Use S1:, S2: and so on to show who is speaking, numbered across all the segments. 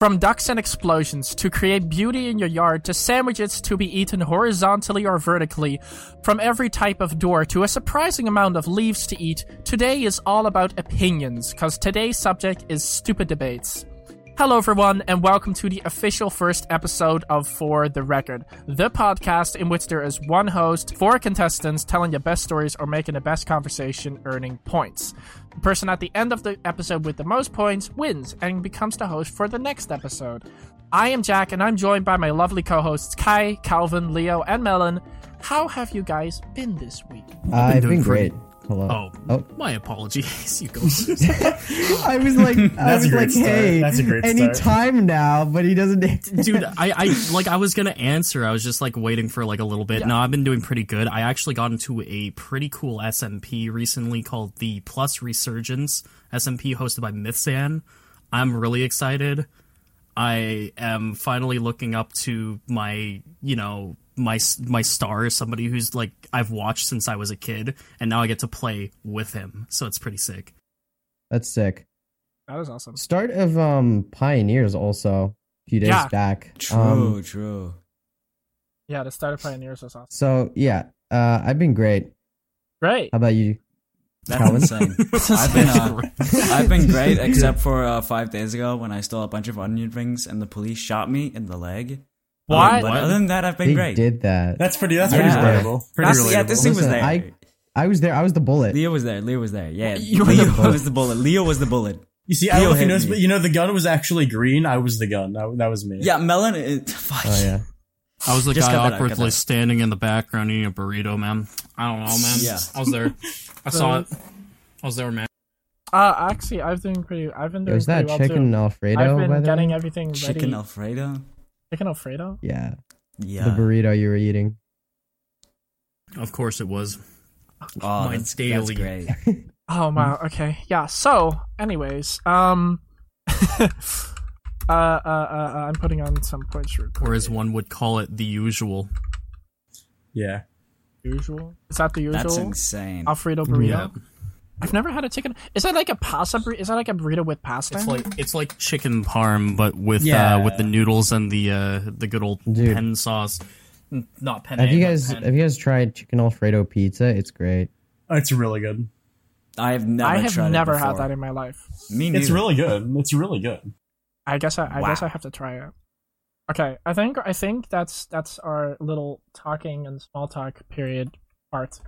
S1: From ducks and explosions to create beauty in your yard to sandwiches to be eaten horizontally or vertically, from every type of door to a surprising amount of leaves to eat, today is all about opinions, cause today's subject is stupid debates. Hello, everyone, and welcome to the official first episode of For the Record, the podcast in which there is one host, four contestants telling the best stories or making the best conversation, earning points. The person at the end of the episode with the most points wins and becomes the host for the next episode. I am Jack, and I'm joined by my lovely co hosts Kai, Calvin, Leo, and Melon. How have you guys been this week?
S2: I've
S3: doing
S2: been
S3: great.
S2: great. Hello.
S3: Oh,
S2: Oh.
S3: my apologies. You go.
S2: I was like, I
S4: That's
S2: was
S4: a great
S2: like,
S4: start.
S2: hey,
S4: That's a great start.
S2: anytime now, but he doesn't.
S3: Dude, I, I like I was gonna answer. I was just like waiting for like a little bit. No, I've been doing pretty good. I actually got into a pretty cool SMP recently called the Plus Resurgence SMP hosted by Mythsan. I'm really excited. I am finally looking up to my, you know, my my star, somebody who's like I've watched since I was a kid, and now I get to play with him. So it's pretty sick.
S2: That's sick.
S1: That was awesome.
S2: Start of um Pioneers also a few days
S1: Yeah.
S2: back.
S4: True,
S2: Um,
S4: true.
S1: Yeah, the start of Pioneers was awesome.
S2: so yeah, uh, I've been great.
S1: Great.
S2: How about you?
S4: That's
S2: Calvin?
S4: insane. I've been uh, I've been great, except for uh, five days ago when I stole a bunch of onion rings and the police shot me in the leg.
S1: What?
S4: Um, but other than that, I've been
S2: they
S4: great.
S2: did that.
S5: That's pretty. That's
S4: Yeah.
S5: pretty relatable. Pretty
S1: That's-
S5: relatable.
S4: yeah, this thing was
S2: Listen,
S4: there.
S2: I- I was there. I was the bullet.
S4: Leo was there. Leo was there. Yeah,
S3: You were the
S4: Leo
S3: bullet.
S4: was the bullet. Leo was the bullet.
S5: you see, I don't
S4: Leo
S5: know if you
S4: hit
S5: noticed,
S4: me.
S5: but you know the gun was actually green. I was the gun. That, that was me.
S4: Yeah, Melon. Is, fuck.
S2: Oh yeah.
S3: I was the
S4: Just
S3: guy
S4: got that out, got
S3: awkwardly
S4: that.
S3: standing in the background eating a burrito, man. I don't know, man.
S4: Yeah.
S3: I was there. I saw it. I was there, man.
S1: Uh, actually, I've been pretty. I've been doing
S2: There's that
S1: pretty well
S2: chicken
S1: too.
S2: Alfredo.
S1: I've
S2: by
S1: been
S2: the
S1: getting
S2: way?
S1: everything
S4: Chicken
S1: ready.
S4: Alfredo.
S1: chicken Alfredo.
S2: yeah.
S4: Yeah.
S2: The burrito you were eating.
S3: Of course it was.
S4: oh,
S3: my
S4: that's,
S3: daily.
S4: That's great.
S1: Oh wow.
S4: Mm-hmm.
S1: Okay. Yeah. So, anyways, um, uh, uh, uh, uh, I'm putting on some points real quick.
S3: Or as one would call it, the usual.
S5: Yeah.
S1: usual? Is that the
S4: That's
S1: usual
S4: insane.
S1: Alfredo burrito?
S3: Yeah.
S1: I've never had a chicken. Is that like a pasta? Bur- is that like a burrito with pasta?
S3: It's
S1: in it?
S3: like it's like chicken parm, but with
S5: Yeah.
S3: uh, with the noodles and the uh, the good old
S2: Dude.
S3: pen sauce. N- Not penne.
S2: Have you
S3: but
S2: guys
S3: pen.
S2: have you guys tried chicken Alfredo pizza? It's great.
S5: Oh, It's really good.
S4: I have never.
S1: I have
S4: tried
S1: never
S4: it
S1: had
S4: before.
S1: that in my life.
S4: Me neither.
S5: It's really good. It's really good.
S1: I guess I, I guess
S4: Wow.
S1: I have to try it. Okay, I think I think that's that's our little talking and small talk period part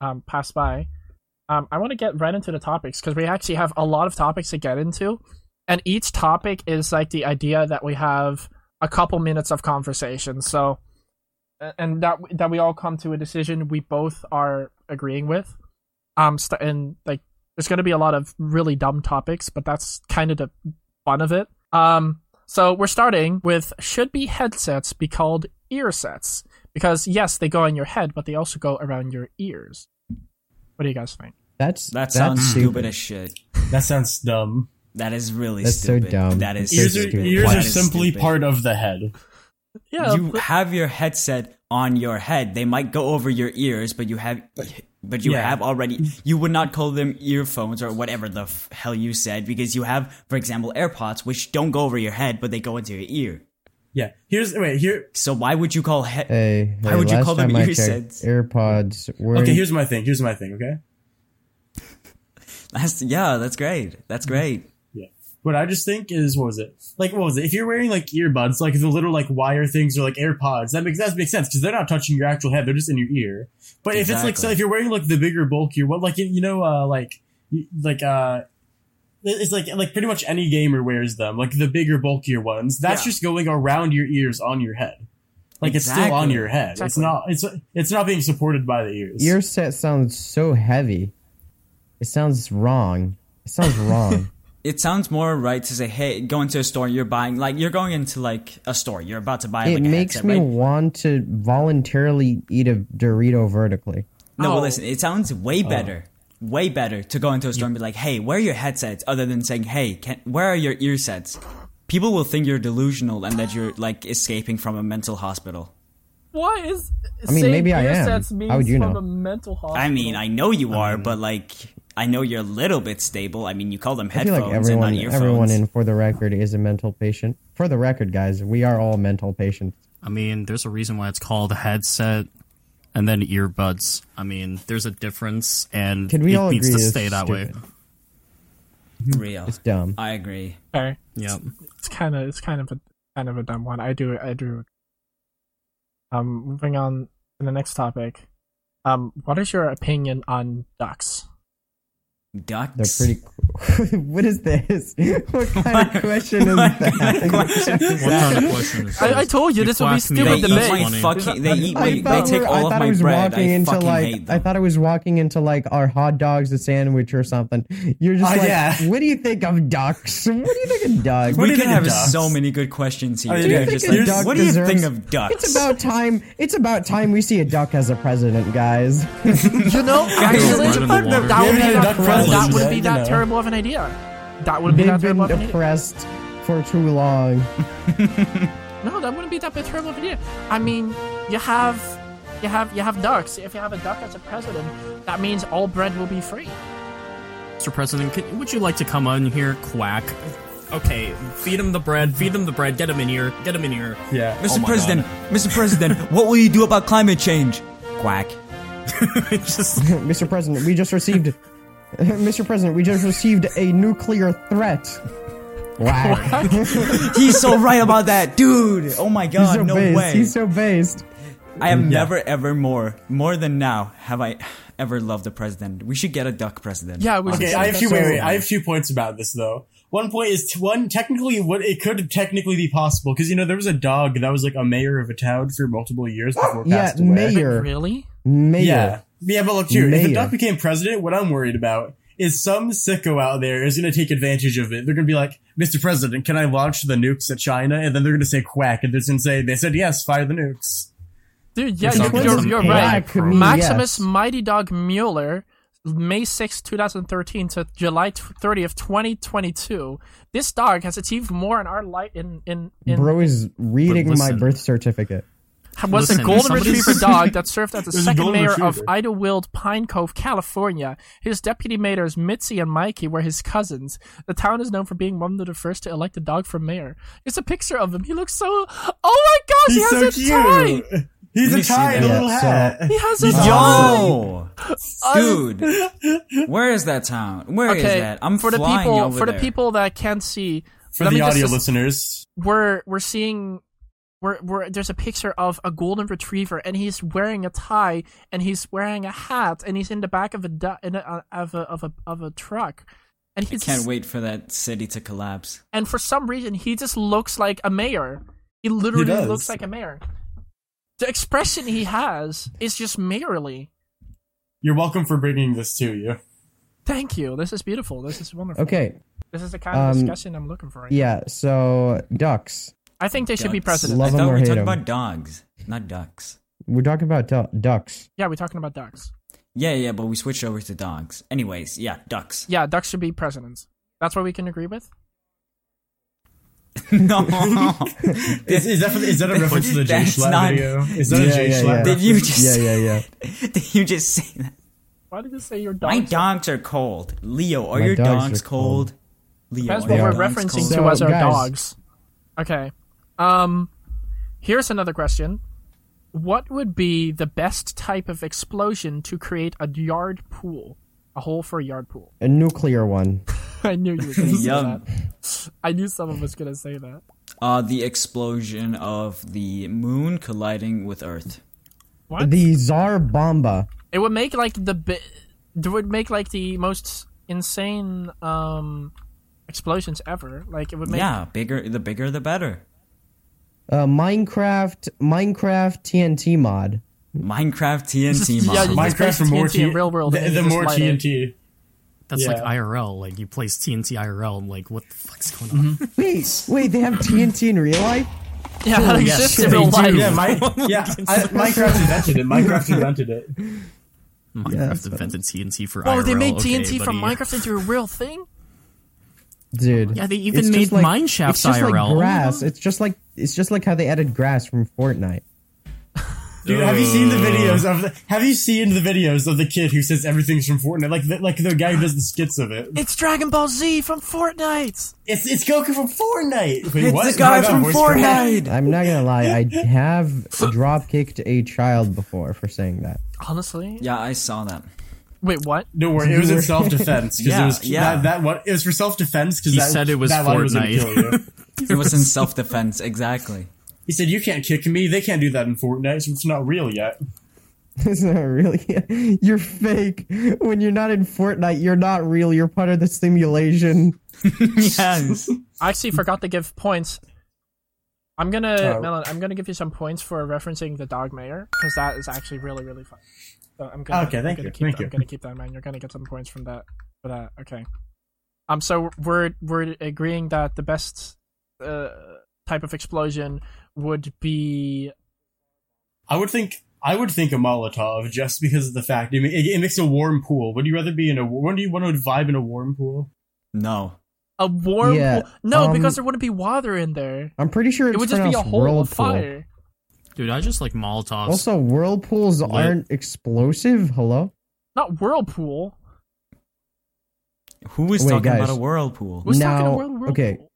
S1: um, passed by. Um, I want to get right into the topics because we actually have a lot of topics to get into, and each topic is like the idea that we have a couple minutes of conversation. So, a- and that that we all come to a decision we both are agreeing with. Um, st- and like there's going to be a lot of really dumb topics, but that's kind of the fun of it. Um, so we're starting with should be headsets be called ear sets? Because yes, they go on your head, but they also go around your ears. What do you guys think?
S2: That's
S4: That
S2: that's
S4: sounds
S2: stupid.
S4: stupid as shit.
S5: That sounds dumb.
S4: That is really
S2: That's so
S4: stupid.
S2: dumb.
S4: That is
S5: Ears are,
S4: stupid.
S5: ears
S4: That
S5: are
S4: is
S5: simply
S4: stupid.
S5: part of the head.
S1: Yeah,
S4: you have your headset on your head. They might go over your ears, but you have, but you
S5: Yeah.
S4: have already. You would not call them earphones or whatever the f- hell you said because you have, for example, AirPods, which don't go over your head, but they go into your ear.
S5: Yeah. Here's wait. Here.
S4: So why would you call head?
S2: Hey,
S4: Why
S2: hey,
S4: would you
S2: last
S4: call them
S2: time I
S4: ear
S2: checked,
S4: sets?
S2: AirPods were
S5: Okay. Here's my thing. Here's my thing. Okay.
S4: That's, yeah, that's great. That's
S2: Mm-hmm.
S4: great.
S5: Yeah. What I just think is, what was it? Like, what was it? If you're wearing like earbuds, like the little like wire things or like AirPods, that makes that makes sense because they're not touching your actual head; they're just in your ear. But if it's like, so
S4: Exactly.
S5: if you're wearing like the bigger, bulkier, what like you know, uh, like you- like uh. It's like like pretty much any gamer wears them, like the bigger, bulkier ones. That's
S1: Yeah.
S5: just going around your ears on your head, like it's still on
S4: Exactly.
S5: your head. It's
S1: Exactly.
S5: not it's it's not being supported by the ears.
S2: Ear set sounds so heavy. It sounds wrong. It sounds wrong.
S4: It sounds more right to say, "Hey, go into a store. You're buying like you're going into like a store. You're about to buy."
S2: it
S4: like, a
S2: makes
S4: headset,
S2: me
S4: right?
S2: want to voluntarily eat a Dorito vertically.
S4: No,
S1: Oh.
S4: well, listen, it sounds way
S2: Oh.
S4: better, way better to go into a store and be like, hey, where are your headsets? Other than saying, hey, can, where are your ear sets? People will think you're delusional and that you're like escaping from a mental hospital.
S1: why is
S2: mean,
S1: saying
S2: maybe I
S1: ear
S2: am.
S1: sets means
S2: How would you
S1: from
S2: know?
S1: a mental hospital?
S2: Mm-hmm.
S4: I mean, I know you are, but like, I know you're a little bit stable. I mean, you call them
S2: I feel
S4: headphones
S2: like everyone,
S4: and not earphones.
S2: everyone in for the record is a mental patient. For the record, guys, we are all mental patients.
S3: I mean, there's a reason why it's called a headset and then earbuds. I mean, there's a difference, and
S2: Can we
S3: it
S2: all
S3: needs
S2: agree
S3: to
S2: it's
S3: stay that way.
S2: stupid?
S4: real.
S2: It's dumb.
S4: I agree.
S1: Okay.
S3: Yep.
S1: It's kind of it's kind of a kind of a dumb one. I do I do. Um, moving on to the next topic. Um, what is your opinion on ducks?
S2: They're
S4: Ducks.
S2: pretty. Cool. what is this? What kind of question is
S4: What
S2: that?
S4: kind of question is
S3: What
S4: that?
S3: kind of question is
S1: I, I
S3: this?
S1: told you
S3: You
S1: this would be
S3: quacked me.
S4: They
S1: stupid
S4: eat
S3: That's
S1: debate.
S4: my
S3: funny.
S4: fucking. They eat
S2: I
S4: my. They
S2: thought,
S4: take
S2: we're-
S4: all
S2: I
S4: of
S2: thought I
S4: my
S2: was
S4: bread.
S2: walking
S4: I
S2: into
S4: fucking
S2: like
S4: hate
S2: I
S4: them.
S2: thought I was walking into like our hot dogs, a sandwich or something. You're just
S4: Uh,
S5: Oh,
S2: like,
S5: yeah.
S2: what do you think of ducks? What do you think of ducks?
S5: What
S4: We
S5: do you
S4: could
S5: think of
S4: have
S5: ducks?
S4: so many good questions here.
S5: I mean,
S4: Dude,
S5: yeah,
S4: just
S5: think a
S4: like,
S5: duck
S4: what do you
S2: deserves-
S4: think of ducks?
S2: It's about time. It's about time we see a duck as a president, guys.
S1: You know, actually,
S3: Run in the water.
S1: that would be that,
S5: Yeah, duck
S1: that
S5: presents,
S1: would be
S5: you
S1: that
S5: know.
S1: terrible of an idea. That would be
S2: They've
S1: that
S2: been
S1: terrible of an idea.
S2: oppressed for too long.
S1: No, that wouldn't be that big terrible of an idea. I mean, you have, you have, you have ducks. If you have a duck as a president, that means all bread will be free.
S3: Mr. President, could, would you like to come on here, quack? Okay, feed him the bread, feed him the bread, get him in here, get him in here.
S5: Yeah.
S3: Oh
S4: Mr.
S3: my
S4: President, Mr. President, what will you do about climate change? Quack.
S3: Just
S2: Mr. President, we just received. Mr. President, we just received a nuclear threat. Wow.
S4: He's so right about that, dude. Oh my
S2: He's
S4: god,
S2: so
S4: no
S2: based.
S4: way.
S2: He's so based.
S4: I am never ever more more than now have I ever loved a president. We should get a duck president.
S1: Yeah, we
S5: Okay,
S1: should
S5: I have a few.
S1: so-
S5: Wait, wait, I have a few points about this though. One point is t- one technically what it could technically be possible because you know there was a dog that was like a mayor of a town for multiple years before
S2: Yeah,
S5: passed away.
S2: mayor.
S1: Really?
S2: Mayor.
S5: Yeah, yeah, but look here. If
S2: Mayor.
S5: a duck became president, what I'm worried about is some sicko out there is going to take advantage of it. They're going to be like, "Mr. President, can I launch the nukes at China?" And then they're going to say quack, and they're going to say, "They said yes, fire the nukes."
S1: Dude, yeah,
S3: It's
S1: you're,
S3: not
S1: you're,
S3: some
S1: you're
S3: AI
S1: right.
S3: program.
S2: Me,
S1: Maximus
S2: yes.
S1: Mighty Dog Mueller, May 6, 2013 to July t- 30th, 2022. This dog has achieved more in our life in in, in
S2: Bro is reading
S3: But
S2: my
S3: listen.
S2: birth certificate.
S1: was
S3: Listen,
S1: a golden
S3: somebody's-
S1: retriever dog that served as the
S5: There's a
S1: second
S5: golden
S1: mayor of
S5: retriever.
S1: Idlewild Pine Cove, California. His deputy mayors Mitzi and Mikey were his cousins. The town is known for being one of the first to elect a dog for mayor. It's a picture of him. He looks so. Oh my gosh,
S5: He's
S1: he
S5: so
S1: has
S5: cute.
S1: a tie.
S5: He's
S4: Let
S5: a
S4: me see
S5: tie and a
S4: that.
S5: little
S2: Yeah, so-
S5: hat.
S1: He has a tie.
S4: Yo, dude, where is that town? Where is
S1: Okay,
S4: that? I'm
S1: for the
S4: flying
S1: people
S4: over
S1: for
S4: there.
S1: the people that can't see.
S5: For
S1: let
S5: the
S1: me just-
S5: audio
S1: just-
S5: listeners,
S1: we're we're seeing we're, we're there's a picture of a golden retriever and he's wearing a tie and he's wearing a hat and he's in the back of a du- in a, uh, of a of a of a truck and he's
S4: Can't wait for that city to collapse.
S1: and for some reason he just looks like a mayor. He literally
S5: does.
S1: looks like a mayor. The expression he has is just mayorly.
S5: you're welcome for bringing this to you.
S1: Thank you. This is beautiful. This is wonderful.
S2: Okay.
S1: This is the kind of
S2: um,
S1: discussion I'm looking for. Right
S2: Yeah, so ducks.
S1: now. I think they should be
S4: Ducks.
S1: president.
S2: Love
S4: I
S2: 'em
S4: thought
S2: or
S4: we were
S2: hate
S4: talking
S2: 'em.
S4: about dogs, not ducks.
S2: We're talking about du- ducks.
S1: Yeah, we're talking about ducks.
S4: Yeah, yeah, but we switched over to dogs. Anyways, yeah, ducks.
S1: Yeah, ducks should be presidents. That's what we can agree with.
S4: no,
S5: Is, is, that, for the- is that a reference to the J
S4: That's
S5: Schlatt
S4: not-
S5: video? Is that a J Schlatt?
S4: Did you just
S2: Yeah, yeah, yeah.
S4: did you just say that?
S1: Why did you say your dog?
S4: My dogs are cold. Leo, are
S2: My
S4: your
S2: dogs
S4: dogs,
S2: are
S4: cold? Leo,
S1: That's
S4: are
S1: what
S4: your
S1: we're
S4: dogs
S1: referencing
S4: cold?
S2: So,
S1: to as our
S2: guys-
S1: dogs. Okay. Um, here's another question. What would be the best type of explosion to create a yard pool? A hole for a yard pool.
S2: A nuclear one.
S1: I knew you were going to say
S4: Yum.
S1: that. I knew someone was going to say that.
S4: Uh, the explosion of the moon colliding with Earth.
S1: What?
S2: The Tsar Bomba.
S1: It would make like the bi- it would make like the most insane um explosions ever. Like it would make
S4: Yeah, bigger the bigger the better.
S2: Uh, Minecraft Minecraft TNT mod.
S4: Minecraft TNT
S1: Yeah,
S4: mod.
S1: you- It's
S5: Minecraft
S1: based
S5: for more
S1: TNT in
S5: T-
S1: real world,
S5: The,
S1: and you
S5: the
S1: just
S5: more
S1: light it.
S5: TNT.
S3: that's like
S5: Yeah.
S3: IRL. Like you place TNT IRL. I'm like, what the fuck's going on?
S2: Wait, wait, they have TNT in real life?
S1: yeah that exists in
S3: they
S1: real
S3: do.
S1: life.
S5: Yeah, my, yeah. I, Minecraft invented it. Minecraft invented it.
S3: Minecraft invented TNT for IRL.
S1: Oh, they made
S3: okay,
S1: TNT from
S3: buddy.
S1: Minecraft into a real thing.
S2: Dude.
S3: Yeah, they even
S2: it's
S3: made
S2: just like,
S3: Mineshafts
S2: It's just
S3: IRL.
S2: like grass. It's just like it's just like how they added grass from Fortnite.
S5: Dude, have you seen the videos of the, Have you seen the videos of the kid who says everything's from Fortnite? Like the, like the guy who does the skits of it.
S1: It's Dragon Ball Z from Fortnite.
S5: It's it's Goku from Fortnite. Wait,
S4: It's
S5: what?
S4: the guy
S5: Not
S4: from
S5: voice crack.
S4: Fortnite.
S2: I'm not gonna lie, I have drop kicked a child before for saying that.
S1: Honestly,
S4: Yeah, I saw that.
S1: wait, what?
S5: Don't worry, it was in self defense because
S4: Yeah,
S5: it was
S4: yeah.
S5: that, that one, It was for self defense because
S3: He
S5: that,
S3: said it was
S5: that line was gonna
S3: Fortnite.
S5: kill you.
S4: It was in self defense, exactly.
S5: He said, "You can't kick me. They can't do that in Fortnite. So it's not real yet."
S2: It's not really. You're fake. When you're not in Fortnite, you're not real. You're part of the simulation.
S4: Yes.
S1: I actually forgot to give points. I'm gonna,
S5: Oh.
S1: Melon. I'm gonna give you some points for referencing the dog mayor because that is actually really, really fun. So I'm gonna,
S5: Okay,
S1: I'm
S5: thank
S1: gonna
S5: you,
S1: Keep
S5: thank
S1: that,
S5: you.
S1: I'm gonna keep that in mind. You're gonna get some points from that. For that, okay. Um, so we're we're agreeing that the best uh, type of explosion would be
S5: I would think I would think a Molotov just because of the fact. I mean, it, it makes a warm pool. Would you rather be in a? When do you want to vibe in a warm pool?
S4: No.
S1: a warm.
S2: Yeah,
S1: pool. No,
S2: um,
S1: because there wouldn't be water in there.
S2: I'm pretty sure it's
S1: It would just be a
S2: pronounced
S1: hole of
S2: whirlpool.
S1: fire.
S3: Dude, I just like Molotovs.
S2: Also, whirlpools aren't explosive. Hello.
S1: Not whirlpool.
S4: Who is
S2: Wait,
S4: talking
S2: guys.
S4: about a whirlpool?
S1: Who's talking
S2: Now,
S1: about whirl-
S2: okay,
S1: whirlpool?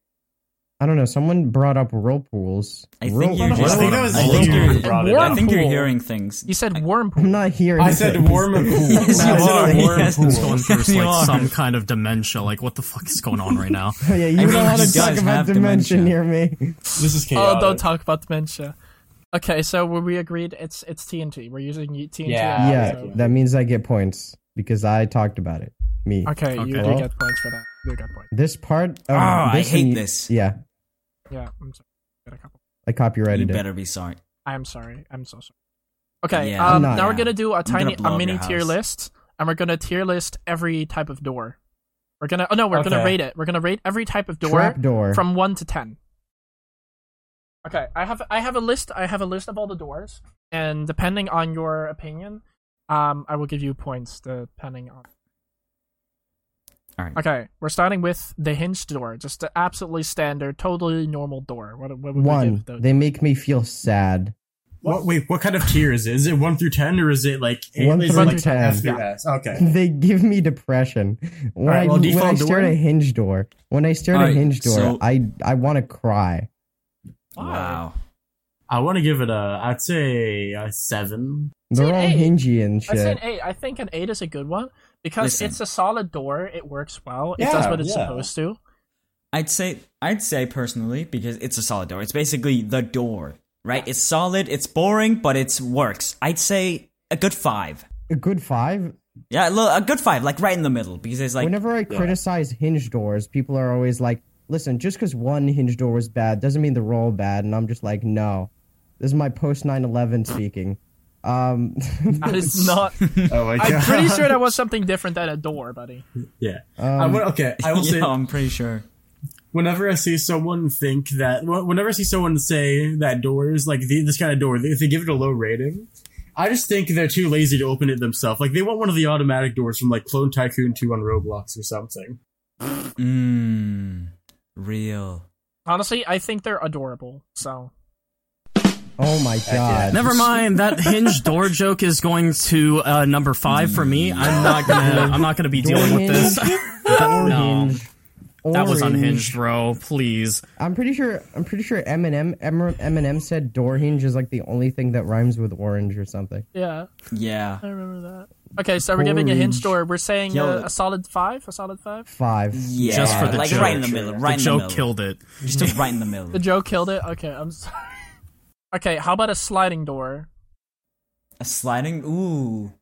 S2: I don't know. Someone brought up whirlpools.
S4: I think
S2: Whirlpools-
S4: you just.
S5: I think that was
S4: I think
S5: you
S4: you're-
S5: who brought it
S4: I
S5: up.
S4: think you're
S1: Whirlpool.
S4: hearing things.
S1: You said worm pool.
S2: I'm not here.
S5: I said warm pool.
S4: Yes,
S5: I
S4: you
S5: said
S4: are.
S5: a warm
S4: Yes.
S5: pool.
S4: This
S3: going through
S4: You
S3: like
S4: are.
S3: some kind of dementia. Like, what the fuck is going on right now?
S2: Oh, yeah, you
S4: I
S2: don't
S4: mean,
S2: want
S4: he
S2: to talk
S4: does
S2: about
S4: have
S2: dimension near me.
S5: This is chaotic.
S1: Oh, don't talk about dementia. Okay, so were we agreed it's it's TNT. We're using y- TNT.
S4: Ah,
S5: Yeah.
S2: yeah,
S1: so-
S2: that means I get points because I talked about it. Me.
S1: Okay, you
S3: Okay.
S1: do get points for that. You do get points.
S2: This part. Of
S4: Ah, I
S2: this
S4: hate
S2: and-
S4: this.
S2: Yeah,
S1: Yeah, I'm sorry. Got a couple.
S2: I
S4: You
S2: copyrighted it.
S4: better be sorry.
S1: I'm sorry. I'm so sorry. Okay,
S4: Yeah,
S1: um,
S2: I'm not-
S1: now we're
S4: yeah.
S1: gonna do a
S4: I'm gonna
S1: tiny,
S4: blow
S1: a
S4: up
S1: mini
S4: your
S1: tier
S4: house.
S1: list, and we're gonna tier list every type of door. We're gonna. Oh no, we're gonna
S5: Okay.
S1: rate it. We're gonna rate every type of door,
S2: Trapdoor.
S1: from one to ten. Okay, I have I have a list. I have a list of all the doors, and depending on your opinion, um, I will give you points depending on.
S4: All right.
S1: Okay, we're starting with the hinge door, just the absolutely standard, totally normal door. What, what would we
S2: One.
S1: give the-
S2: They make me feel sad.
S5: What, wait, what kind of tier is it? Is it one through ten or is it like
S2: One
S5: is it
S2: through
S5: like
S2: 10.
S5: F through
S1: Yeah.
S5: S? Okay.
S2: they give me depression. When,
S5: Alright,
S2: I,
S5: well,
S2: when I
S5: default
S2: stare at
S5: door?
S2: a hinge door, when I stare at a
S4: Alright,
S2: hinge door,
S4: so-
S2: I I want to cry.
S1: Why?
S4: Wow.
S5: I want to give it a. I'd say a seven.
S2: They're
S1: an
S2: all
S1: eight.
S2: hingy and
S1: I say an
S2: shit.
S1: eight. I think an eight is a good one because
S4: Listen.
S1: it's a solid door. It works well. It does
S5: Yeah,
S1: what it's
S5: yeah.
S1: supposed to.
S4: I'd say I'd say personally because it's a solid door. It's basically the door, right? It's solid. It's boring, but it works. I'd say a good five.
S2: A good five.
S4: Yeah, lo- a good five, like right in the middle, because it's like
S2: Whenever I criticize hinge doors, people are always like, "Listen, just because one hinge door was bad doesn't mean they're all bad." And I'm just like, "No, this is my post 9/11 speaking." Um,
S1: That is not.
S5: Oh my god.
S1: I'm pretty sure that was something different than a door, buddy.
S5: Yeah. Um, I would- okay. I will say
S4: yeah, I'm pretty sure.
S5: whenever I see someone think that, wh- whenever I see someone say that doors, like the, this kind of door, if they give it a low rating, I just think they're too lazy to open it themselves. Like they want one of the automatic doors from like Clone Tycoon 2 on Roblox or something.
S4: Mmm, real.
S1: Honestly, I think they're adorable. So
S2: oh my god.
S3: Never mind. That hinge door joke is going to uh, number five for me. I'm not gonna. I'm not gonna be dealing with this.
S2: Door
S3: No.
S2: hinge.
S3: That was
S2: Orange.
S3: unhinged, bro. Please.
S2: I'm pretty sure. I'm pretty sure Eminem. Em- Eminem said door hinge is like the only thing that rhymes with orange or something.
S1: yeah,
S4: Yeah.
S1: I remember that. Okay, so we're giving a hinge
S2: Orange.
S1: door. We're saying
S4: Yo.
S1: uh, a solid five. A solid five.
S2: Five.
S4: Yeah.
S3: Just for the
S4: like
S3: joke.
S4: right in the middle. Right
S3: the
S4: in the
S3: joke
S4: middle.
S3: killed it.
S4: Just a right in the middle.
S1: The Joe killed it. Okay, I'm sorry. Okay, how about a sliding door?
S4: A sliding. Ooh.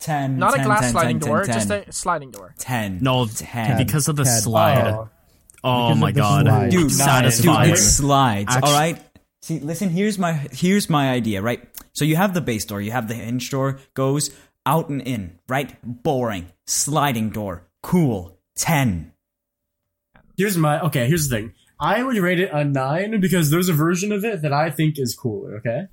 S4: 10.
S1: Not
S4: 10,
S1: a glass
S4: 10,
S1: sliding
S4: 10,
S1: door,
S4: 10,
S1: just
S4: 10.
S1: a sliding door.
S4: 10.
S3: No,
S4: 10.
S3: because of the
S2: Ted.
S3: slide.
S5: Oh.
S3: Oh
S2: Because
S3: my
S2: of the
S3: god.
S2: slide.
S4: Dude,
S3: satisfying.
S4: Dude, it slides.
S3: Actu-
S4: all right. See, listen. Here's my here's my idea. Right. So you have the base door. You have the hinge door. Goes out and in. Right. Boring. Sliding door. Cool. Ten.
S5: Here's my, okay, here's the thing. I would rate it a nine because there's a version of it that I think is cooler, okay?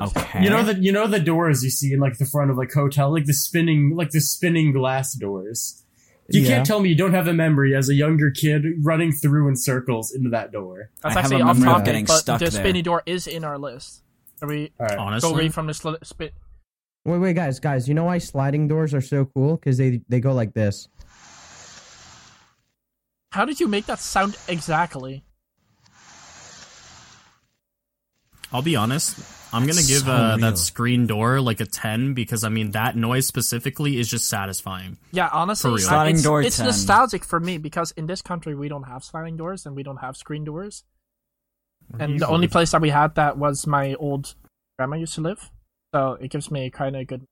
S4: Okay.
S5: You know
S4: Eh?
S5: the you know the doors you see in like the front of like hotel, like the spinning like the spinning glass doors. You
S2: Yeah.
S5: can't tell me you don't have a memory as a younger kid running through in circles into that door.
S1: That's
S4: I have
S1: actually
S4: a
S1: off
S4: memory of
S1: topic,
S4: getting
S1: but
S4: stuck
S1: the
S4: there.
S1: spinny door is in our list. Are we
S5: All right.
S1: go
S3: honestly.
S1: read from the sli- spit?
S2: Wait, wait, guys, guys. You know why sliding doors are so cool? Because they they go like this.
S1: How did you make that sound exactly?
S3: I'll be honest. I'm gonna
S4: That's
S3: give
S4: so
S3: uh,
S4: real.
S3: that screen door like a ten because I mean that noise specifically is just satisfying.
S1: Yeah, honestly,
S3: For real.
S1: I-
S4: Sliding
S1: it's,
S4: door
S1: it's
S4: 10.
S1: nostalgic for me because in this country we don't have sliding doors and we don't have screen doors. And the only place that we had that was my old grandma used to live, so it gives me kind of good.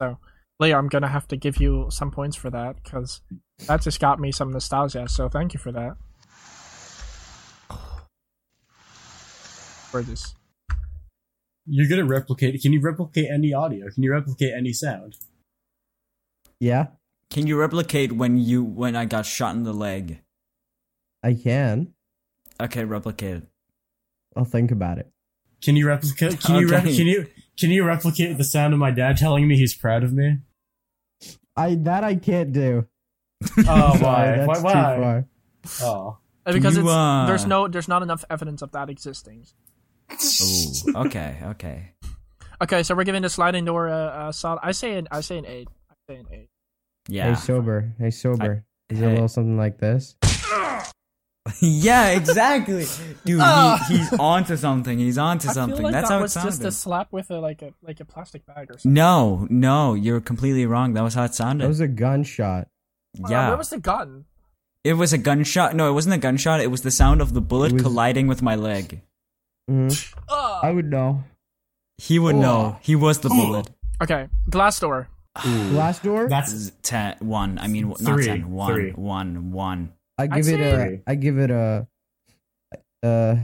S1: So later, I'm gonna have to give you some points for that because that just got me some nostalgia. So thank you for that. Gorgeous.
S5: You're gonna replicate. Can you replicate any audio? Can you replicate any sound?
S2: Yeah,
S4: Can you replicate when you when I got shot in the leg?
S2: I can.
S4: Okay, replicate it.
S2: I'll think about it.
S5: Can you replicate? Can you re-
S4: Okay.
S5: can you can you replicate the sound of my dad telling me he's proud of me?
S2: I that I can't do.
S5: Oh
S2: Sorry,
S5: why?
S2: that's
S5: Why?
S2: too
S5: why?
S2: far.
S5: Oh,
S1: Uh, Because
S4: You,
S1: it's,
S4: uh,
S1: there's no there's not enough evidence of that existing.
S4: Ooh, okay, okay.
S1: Okay, so we're giving the sliding door a, a solid. I say an I say an eight. I say an eight.
S4: Yeah.
S2: Hey, sober. Hey, sober. Is it a
S4: hey.
S2: little something like this?
S4: yeah, exactly. Dude, he, he's onto something. He's onto
S1: Oh. I
S4: something.
S1: feel like
S4: That's
S1: that
S4: how it
S1: was
S4: sounded.
S1: just a slap with a like a like a plastic bag or something.
S4: no, no, you're completely wrong. That was how it sounded.
S2: That was a gunshot.
S1: Uh,
S4: Mm, yeah.
S1: where was the gun?
S4: it was a gunshot. No, it wasn't a gunshot. It was the sound of the bullet
S2: It was-
S4: colliding with my leg.
S2: Mhm.
S1: Ugh.
S2: I would know.
S4: He would
S2: Oh.
S4: know. He was the bullet.
S1: Okay, glass door.
S2: Glass door.
S4: This
S5: that's
S4: is ten, one. I mean, not
S5: Three,
S4: ten. One,
S5: three.
S4: one, one.
S2: I
S1: I'd
S2: give it
S5: say-
S2: a. I give it a. Uh.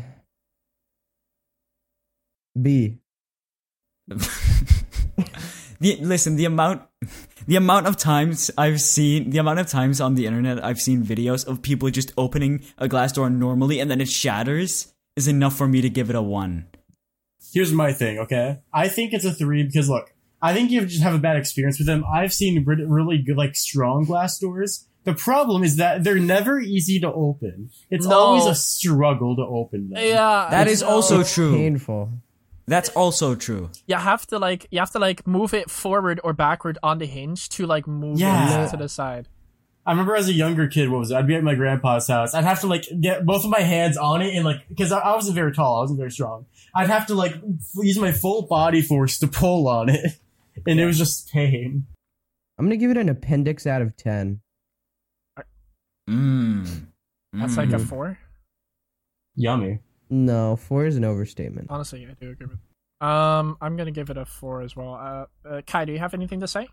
S2: B.
S4: The, listen, the amount, the amount of times I've seen, the amount of times on the internet I've seen videos of people just opening a glass door normally and then it shatters is enough for me to give it a one.
S5: here's my thing. Okay, I think it's a three because look, I think you just have a bad experience with them. I've seen re- really good, like strong glass doors. The problem is that they're never easy to open. It's
S1: No.
S5: always a struggle to open them.
S1: Yeah,
S4: That is also true.
S2: Painful.
S4: That's also true.
S1: you have to like you have to like move it forward or backward on the hinge to like move
S5: Yeah.
S1: it to the side.
S5: I remember as a younger kid, what was it? I'd be at my grandpa's house. I'd have to like get both of my hands on it and like, cause I, I wasn't very tall. I wasn't very strong. I'd have to like f- use my full body force to pull on it. And it was just pain.
S2: I'm gonna give it an appendix out of ten.
S4: Mm.
S1: That's like a four.
S5: Yummy.
S2: No, four is an overstatement.
S1: Honestly, I do agree with. Um, I'm gonna give it a four as well. Uh, uh, Kai, do you have anything to say?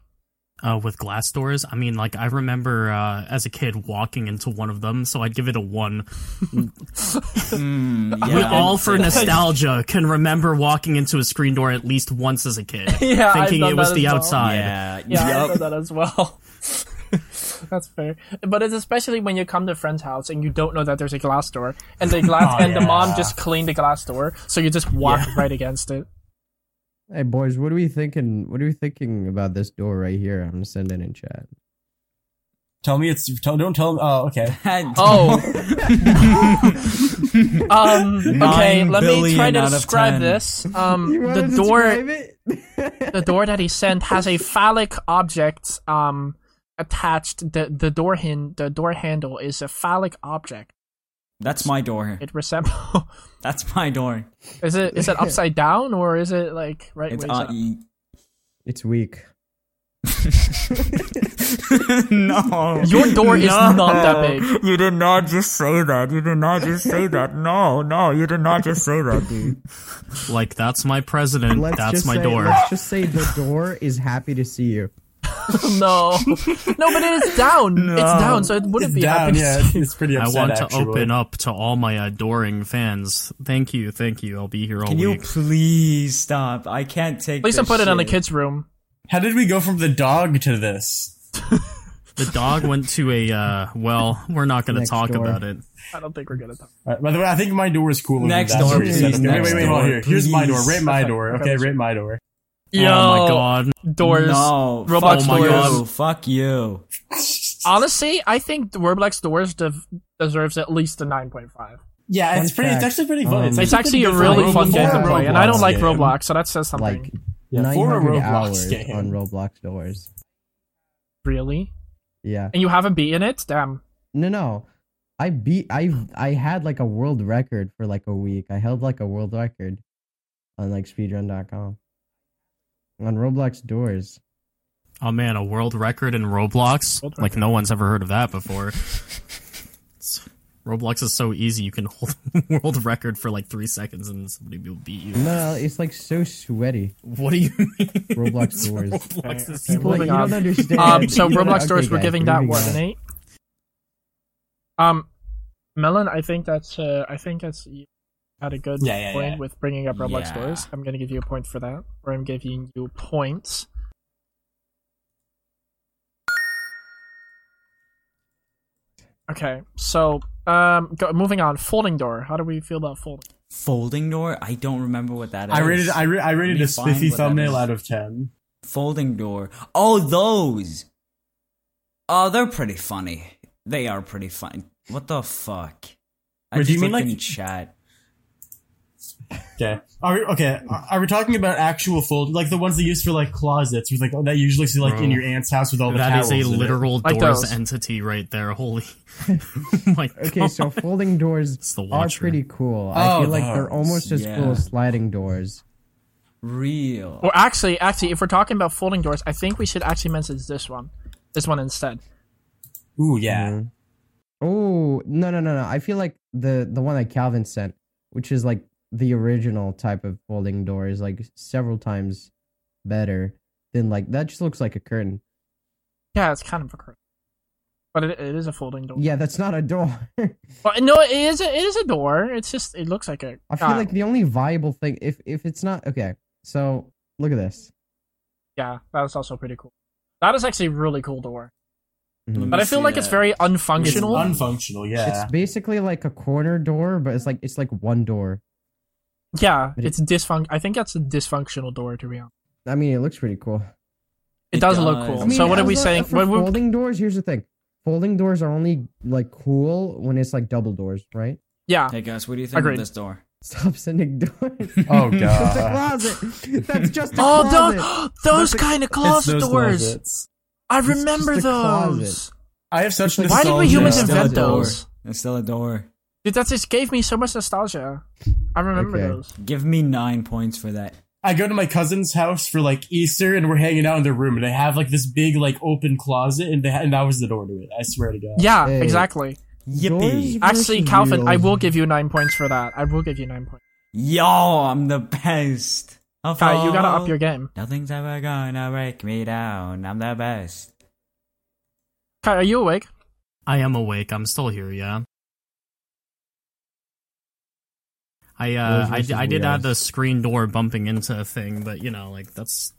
S3: uh, with glass doors. I mean, like I remember uh, as a kid walking into one of them, so I'd give it a one.
S4: Mm,
S3: we
S4: yeah.
S3: all, for nostalgia, can remember walking into a screen door at least once as a kid,
S1: Yeah, I've
S3: thinking
S1: done
S3: it was
S1: that
S3: the
S1: as well.
S3: outside.
S4: Yeah.
S1: Yeah, I know
S4: yup.
S1: that as well. That's fair. But it's especially when you come to a friend's house and you don't know that there's a glass door, and the glass
S5: Oh,
S1: and the mom
S5: yeah.
S1: just cleaned the glass door, so you just walk right against it.
S2: Hey boys, what are we thinking? What are we thinking about this door right here? I'm gonna send it in chat.
S5: Tell me it's, tell, don't tell me. Oh, okay.
S1: Oh. um. Okay.
S4: Nine
S1: Let me try
S4: billion
S1: to
S4: out of
S1: describe
S4: 10.
S1: this. Um. The door. The door that he sent has a phallic object. Um. Attached. the The door hin. The door handle is a phallic object.
S4: That's my door.
S1: It resembles.
S4: That's my door.
S1: Is it is it upside down or is it like right?
S4: It's
S1: ways
S4: uh,
S1: up?
S4: y-
S2: it's weak.
S4: no.
S1: Your door is not that big.
S4: You did not just say that. You did not just say that. No, no, you did not just say that, dude.
S3: Like that's my president.
S2: Let's
S3: that's
S2: just
S3: my
S2: say,
S3: door.
S2: Let's just say the door is happy to see you.
S1: No, no, but it is down. It's down, so it wouldn't be
S5: down,
S1: happy.
S5: yeah. It's, it's pretty
S3: I
S5: upset,
S3: want to
S5: actually.
S3: open up to all my adoring fans. Thank you, thank you. I'll be here all
S4: Can you
S3: week.
S4: please stop? I can't take.
S1: At least I
S4: this
S1: put it on the
S4: shit.
S1: kids' room.
S5: How did we go from the dog to this?
S3: the dog went to a. Uh, well, we're not going to
S2: Next
S3: talk
S2: door.
S3: about it.
S1: I don't think we're gonna talk.
S5: All right, Uh, by the way, I think my door is cooler
S4: Next
S5: than that.
S4: door,
S5: Sorry,
S4: please.
S5: Wait, wait,
S4: Next
S5: wait, hold on
S4: door,
S5: here. Here's my door. Rate my
S1: Okay,
S5: door.
S1: okay,
S5: Okay,
S1: let's-
S5: rate my door.
S3: Oh my god.
S1: Doors.
S4: No,
S1: Roblox
S4: fuck you.
S1: doors.
S4: Fuck you.
S1: Honestly, I think the Roblox doors dev- deserves at least a nine point five.
S5: Yeah, it's
S2: Fun
S5: pretty. It's
S2: fact,
S5: actually pretty fun.
S6: um,
S5: it's
S1: It's
S5: actually
S1: actually a
S5: pretty good
S1: really
S5: for
S1: fun
S5: Roblox.
S1: game to
S5: For a
S1: play, and I don't
S5: Roblox
S1: like
S5: game.
S1: Roblox, so that says something.
S2: like
S6: Yeah,
S5: for a
S2: 900
S5: Roblox
S2: hours
S5: game.
S2: on Roblox doors.
S1: really?
S2: Yeah.
S1: And you haven't beaten it? Damn.
S2: No, no. I beat I I had like a world record for like a week. I held like a world record on like speedrun.com on Roblox doors.
S3: Oh man, a world record in Roblox?
S1: World
S3: Like no one's ever heard of that before. It's- Roblox is so easy. You can hold a world record for like three seconds and somebody will beat you.
S2: No, it's like so sweaty.
S3: What do you mean?
S2: Roblox doors.
S3: Roblox is
S1: Okay,
S3: so-
S1: okay.
S2: Like,
S1: Moving
S2: you
S1: on.
S2: don't understand.
S1: Um, so
S2: You don't-
S1: Roblox
S2: okay,
S1: stores, we're
S2: guys,
S1: giving that
S2: moving
S1: one
S2: on.
S1: an eight. Um, Melon, I think that's uh, I think that's you had a good
S5: Yeah, yeah,
S1: point
S5: yeah.
S1: with bringing up Roblox
S4: Yeah.
S1: stores. I'm gonna give you a point for that, or I'm giving you points. Okay, so um, go, moving on. Folding door. How do we feel about folding?
S4: Folding door. I don't remember what that is.
S5: I rated. I, ra- I rated
S4: me
S5: a
S4: find
S5: spiffy
S4: what that
S5: thumbnail
S4: is.
S5: out of ten.
S4: folding door. Oh, those. Oh, they're pretty funny. They are pretty funny. What the fuck? I
S5: Wait, do
S4: just
S5: you mean,
S4: looked
S5: like-
S4: in chat?
S5: Okay. Are we, okay. Are are we talking about actual fold, like the ones they use for like closets, with like that usually see like in
S3: Bro.
S5: your aunt's house with all Oh, the
S3: That is
S5: towels
S3: a
S5: in it?
S3: literal
S1: Like
S3: doors
S1: those.
S3: entity right there. Holy Oh my
S2: Okay,
S3: god.
S2: so folding doors
S3: the
S2: are
S3: watcher.
S2: pretty cool. I
S5: Oh,
S2: feel like
S5: those,
S2: they're almost as
S4: yeah.
S2: cool as sliding doors.
S4: Real.
S1: Well, actually, actually, if we're talking about folding doors, I think we should actually mention this one, this one instead.
S5: Ooh, yeah.
S2: Oh no no no no! I feel like the the one that Calvin sent, which is like the original type of folding door, is like several times better than like that. Just looks like a curtain.
S1: Yeah, it's kind of a curve, but it, it is a folding door.
S2: Yeah, that's not a door.
S1: Well, no, it is. A, it is a door. It's just. It looks like a.
S2: I feel
S1: uh,
S2: like the only viable thing if if it's not okay. So look at this.
S1: Yeah, that is also pretty cool. That is actually a really cool door,
S4: Let me
S1: but I feel
S4: see
S1: like it's
S4: that.
S1: very
S5: It's
S1: unfunctional.
S5: unfunctional. Yeah.
S2: Mm-hmm. It's basically like a corner door, but it's like it's like one door.
S1: yeah,
S2: but it-
S1: it's dysfunct. I think that's a dysfunctional door to be honest.
S2: I mean, it looks pretty cool.
S1: It,
S4: It
S1: does, look
S4: does.
S1: cool.
S4: I
S2: I mean,
S1: so what are
S2: as
S1: we
S2: a-
S1: saying?
S2: For
S1: What we-
S2: folding doors, here's the thing: folding doors are only like cool when it's like double doors, right?
S1: yeah,
S4: Mm. Hey guys, what do you think
S1: Agreed.
S4: of this door?
S2: Stop sending doors.
S5: Oh
S2: It's a
S5: god.
S2: closet. That's just a
S1: Oh,
S2: closet.
S1: don't, those kind of
S5: It's
S1: closet
S5: those
S1: doors.
S5: closets.
S1: I
S2: just
S1: remember
S2: a closet.
S1: those.
S5: I have such
S1: Why
S5: nostalgia.
S1: did we humans
S2: Nostalgia.
S1: invent
S2: Still a door.
S1: those?
S4: It's still a door.
S1: Dude, that just gave me so much nostalgia. I remember
S2: Okay.
S1: those.
S4: Give me nine points for that.
S5: I go to my cousin's house for like Easter, and we're hanging out in their room, and they have like this big like open closet, and they ha- and that was the door to it. I swear to God.
S1: Yeah,
S2: Hey.
S1: exactly.
S2: Doors
S4: Yippee!
S1: Actually,
S2: versus
S1: Calvin, I
S2: wheels.
S1: will give you nine points for that. I will give you nine points.
S4: Yo, I'm the best. Of
S1: Kai, you gotta
S4: all.
S1: up your game.
S4: Nothing's ever gonna break me down. I'm the best.
S1: Kai, are you awake?
S3: I am awake. I'm still here. Yeah. I uh,
S2: Those
S3: I,
S2: versus
S3: I did
S2: wheels.
S3: add the screen door bumping into a thing, but you know, like that's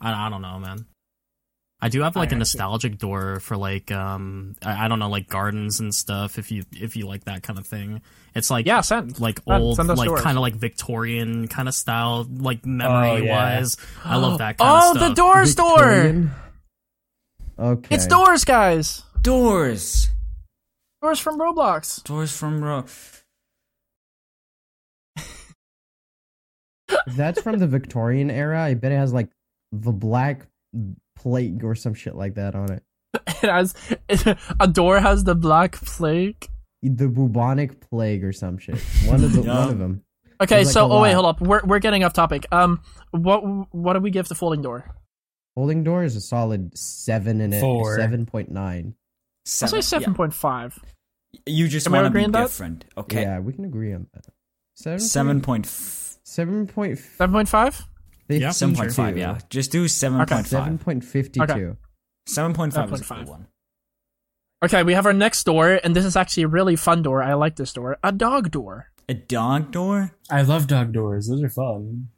S3: I, I don't know, man. I do have like a nostalgic door for like um I, I don't know like gardens and stuff if you if you like that kind of thing. It's like
S1: Yeah, send.
S3: like
S1: Send-
S3: old
S1: send us
S3: like
S1: yours.
S3: kind of like Victorian kind of style like memory wise. I love that kind
S1: oh,
S3: of stuff.
S1: the doors door!
S2: Victorian. Okay.
S1: It's doors, guys.
S4: Doors.
S1: Doors from Roblox.
S4: Doors from Ro.
S2: If That's from the Victorian era. I bet it has like the black plague or some shit like that on it.
S1: It has a door has the black plague.
S2: The bubonic plague or some shit. One of the
S4: Yeah.
S2: one of them.
S1: Okay,
S2: It's like
S1: so
S2: a
S1: oh wait,
S2: lot.
S1: hold up. We're we're getting off topic. Um, what what do we give the folding door?
S2: Folding door is a solid seven in it.
S5: Four.
S2: Seven point nine.
S1: I
S4: Seven.
S1: say seven point five.
S4: Yeah. You just
S1: Am I
S4: want to
S1: agreeing
S4: be
S1: on that?
S4: different, okay?
S2: Yeah, we can agree on that. Seven.
S4: Seven point f-
S2: Seven point. f-
S1: Seven point five.
S3: Yeah.
S4: seven point five.
S2: 52.
S4: Yeah, just do seven point
S2: Seven
S4: five.
S2: point fifty-two.
S1: Okay.
S4: Seven point five is a
S1: 7.5.
S4: good one.
S1: Okay, we have our next door, and this is actually a really fun door. I like this door. A dog door.
S4: A dog door.
S5: I love dog doors. Those are fun.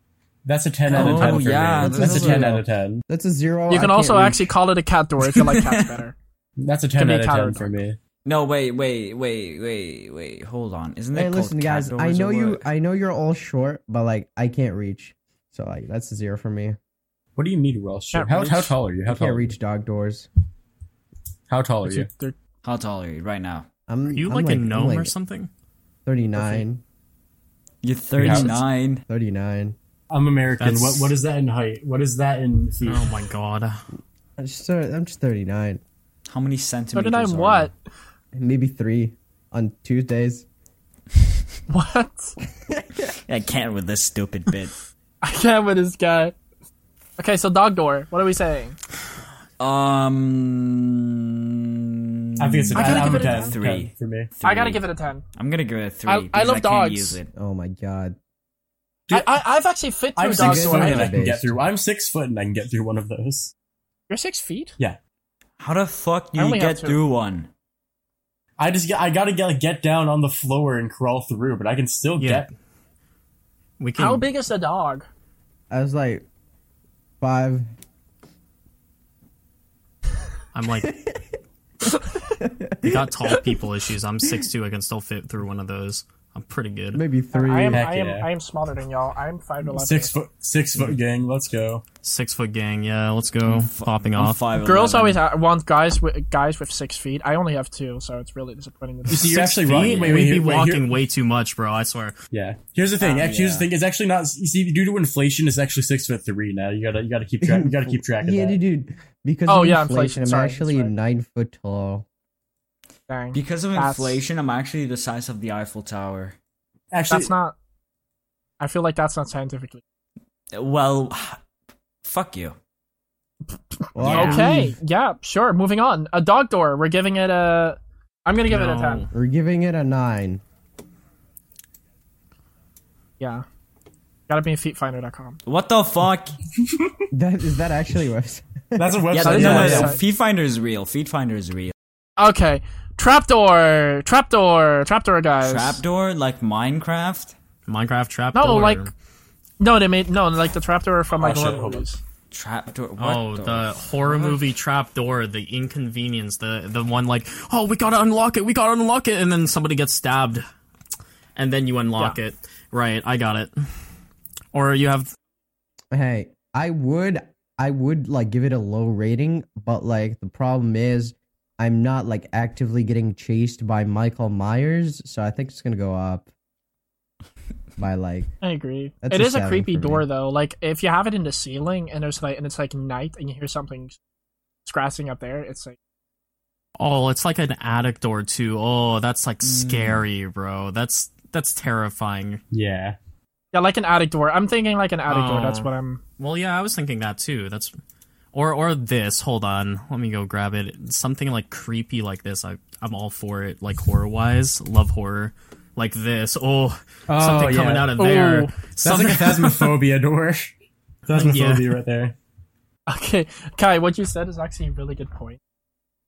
S5: That's a ten out
S4: Oh,
S5: of ten. for
S4: yeah,
S5: me.
S4: those
S5: that's a
S4: are
S5: ten
S4: real.
S5: out of ten.
S2: That's a
S1: You
S2: zero. Oh, I
S1: can
S2: can't
S1: also
S2: read.
S1: actually call it a cat door if you like cats better.
S5: That's a ten
S1: me a
S5: out of
S1: cat
S5: ten
S1: or
S5: for me.
S4: No, wait, wait, wait, wait, wait. Hold on. Isn't it
S2: Hey,
S4: called
S2: listen,
S4: cat
S2: guys. I
S4: doors
S2: know
S4: or
S2: you.
S4: what?
S2: I know you're all short, but like I can't reach. So like that's a zero for me.
S5: What do you mean, Welsh?
S1: Can't
S5: How,
S1: reach.
S5: how tall are you? How
S2: I
S5: tall?
S2: can't reach dog doors.
S5: How tall are you?
S1: They're-
S4: How tall are you right now?
S2: I'm.
S3: Are you
S2: I'm
S3: like,
S2: like
S3: a
S2: I'm
S3: gnome
S2: like-
S3: or something?
S2: 39.
S4: You're 39.
S2: 39.
S5: I'm American.
S3: That's-
S5: What what is that in height? What is that in feet?
S3: Oh my god.
S2: I'm just, thir- I'm just 39.
S4: How many centimeters?
S1: Thirty nine.
S4: are
S1: What?
S2: Maybe three on Tuesdays.
S1: What?
S4: you? I can't with this stupid bit.
S1: I can't with this guy. Okay, so dog door. What are we saying?
S4: um,
S5: I think it's a
S1: I gotta
S5: I'm
S1: give
S5: a
S1: it a
S5: 10,
S4: three.
S5: 10 for me.
S1: I gotta
S4: three.
S1: give it a ten.
S4: I'm gonna give it a three.
S1: I- I
S4: because
S1: love
S4: can't
S1: dogs.
S4: Use it.
S2: Oh my god.
S1: I, I I've actually fit through
S5: I'm
S1: a
S5: six
S1: dog
S5: foot
S1: door.
S2: one.
S5: and I can
S2: Nowadays.
S5: get through. I'm six foot and I can get through one of those.
S1: You're six feet.
S4: How the fuck do
S1: I
S4: you
S1: only have
S4: get
S1: two.
S4: through one?
S5: I just get, I gotta get, get down on the floor and crawl through, but I can still
S3: Yeah.
S5: get.
S3: We can
S1: How big is the dog?
S2: I was like five.
S3: I'm like We got tall people issues. I'm 6'2. I can still fit through one of those. I'm pretty good.
S2: Maybe three.
S1: I am
S5: Heck
S1: I am
S5: yeah.
S1: I am smaller than y'all. I'm five eleven.
S5: Six foot, six foot gang. Let's go.
S3: Six foot gang. Yeah, let's go. Popping
S4: I'm
S3: off.
S4: five.
S1: Girls always ha- want guys with guys with six feet. I only have two, so it's really disappointing. With
S5: see, you're
S3: Six
S5: actually walking-
S3: feet?
S5: wait, wait,
S3: We'd
S5: here-
S3: be
S5: wait, here-
S3: walking way too much, bro. I swear.
S5: Yeah. Here's the thing.
S4: Oh,
S5: actually, here's the
S4: yeah.
S5: thing. It's actually not. You see, due to inflation, it's actually six foot three now. You gotta, you gotta keep track. You gotta keep track of
S2: yeah,
S5: that.
S2: dude. Because
S1: Oh,
S2: of
S1: yeah, inflation,
S2: inflation,
S1: sorry,
S2: I'm
S1: that's
S2: actually
S1: right.
S2: nine foot tall.
S1: Dang.
S4: Because of
S1: That's-
S4: inflation, I'm actually the size of the Eiffel Tower.
S5: Actually,
S1: That's not. I feel like that's not scientifically.
S4: Well, fuck you.
S2: Well,
S4: Yeah.
S1: Okay. Yeah. Sure. Moving on. A dog door. We're giving it a. I'm gonna give it a
S3: No.
S1: ten.
S2: We're giving it a nine.
S1: Yeah. Gotta be in feetfinder.com.
S4: What the fuck?
S2: That is that actually a website?
S5: that's a website.
S4: yeah,
S1: that
S4: no,
S1: is a website.
S4: no, no. Feed Finder is real. Feed Finder is real.
S1: Okay. Trapdoor. Trapdoor. Trapdoor guys.
S4: Trapdoor like Minecraft.
S3: Minecraft trap.
S1: No,
S3: door.
S1: like no, they made no like the trapdoor from like
S5: Oh,
S1: horror
S5: shit, hold on.
S1: movies.
S4: Trapdoor. What
S3: Oh, the horror movie trap door, the inconvenience, the the one like, oh, we gotta unlock it, we gotta unlock it, and then somebody gets stabbed, and then you unlock
S1: Yeah.
S3: it. Right, I got it. Or you have
S2: Hey, I would I would like give it a low rating, but like the problem is I'm not like actively getting chased by Michael Myers, so I think it's gonna go up by like
S1: I agree.
S2: That's
S1: it
S2: a
S1: is a
S2: seven
S1: creepy
S2: for me.
S1: door though. Like if you have it in the ceiling and there's like and it's like night and you hear something scratching up there, it's like
S3: oh, it's like an attic door too. Oh, that's like scary, bro. That's that's terrifying.
S5: Yeah.
S1: yeah, like an attic door. I'm thinking like an attic door.
S3: Oh.
S1: That's what I'm.
S3: Well, yeah, I was thinking that too. That's or or this. Hold on, let me go grab it. Something like creepy like this. I I'm all for it. Like horror wise, love horror. Like this. Oh,
S5: Oh,
S3: something coming
S5: yeah.
S3: out of there.
S1: Ooh.
S5: That's
S3: Something.
S5: like a phasmophobia door. Phasmophobia right there.
S1: Okay, Kai, what you said is actually a really good point,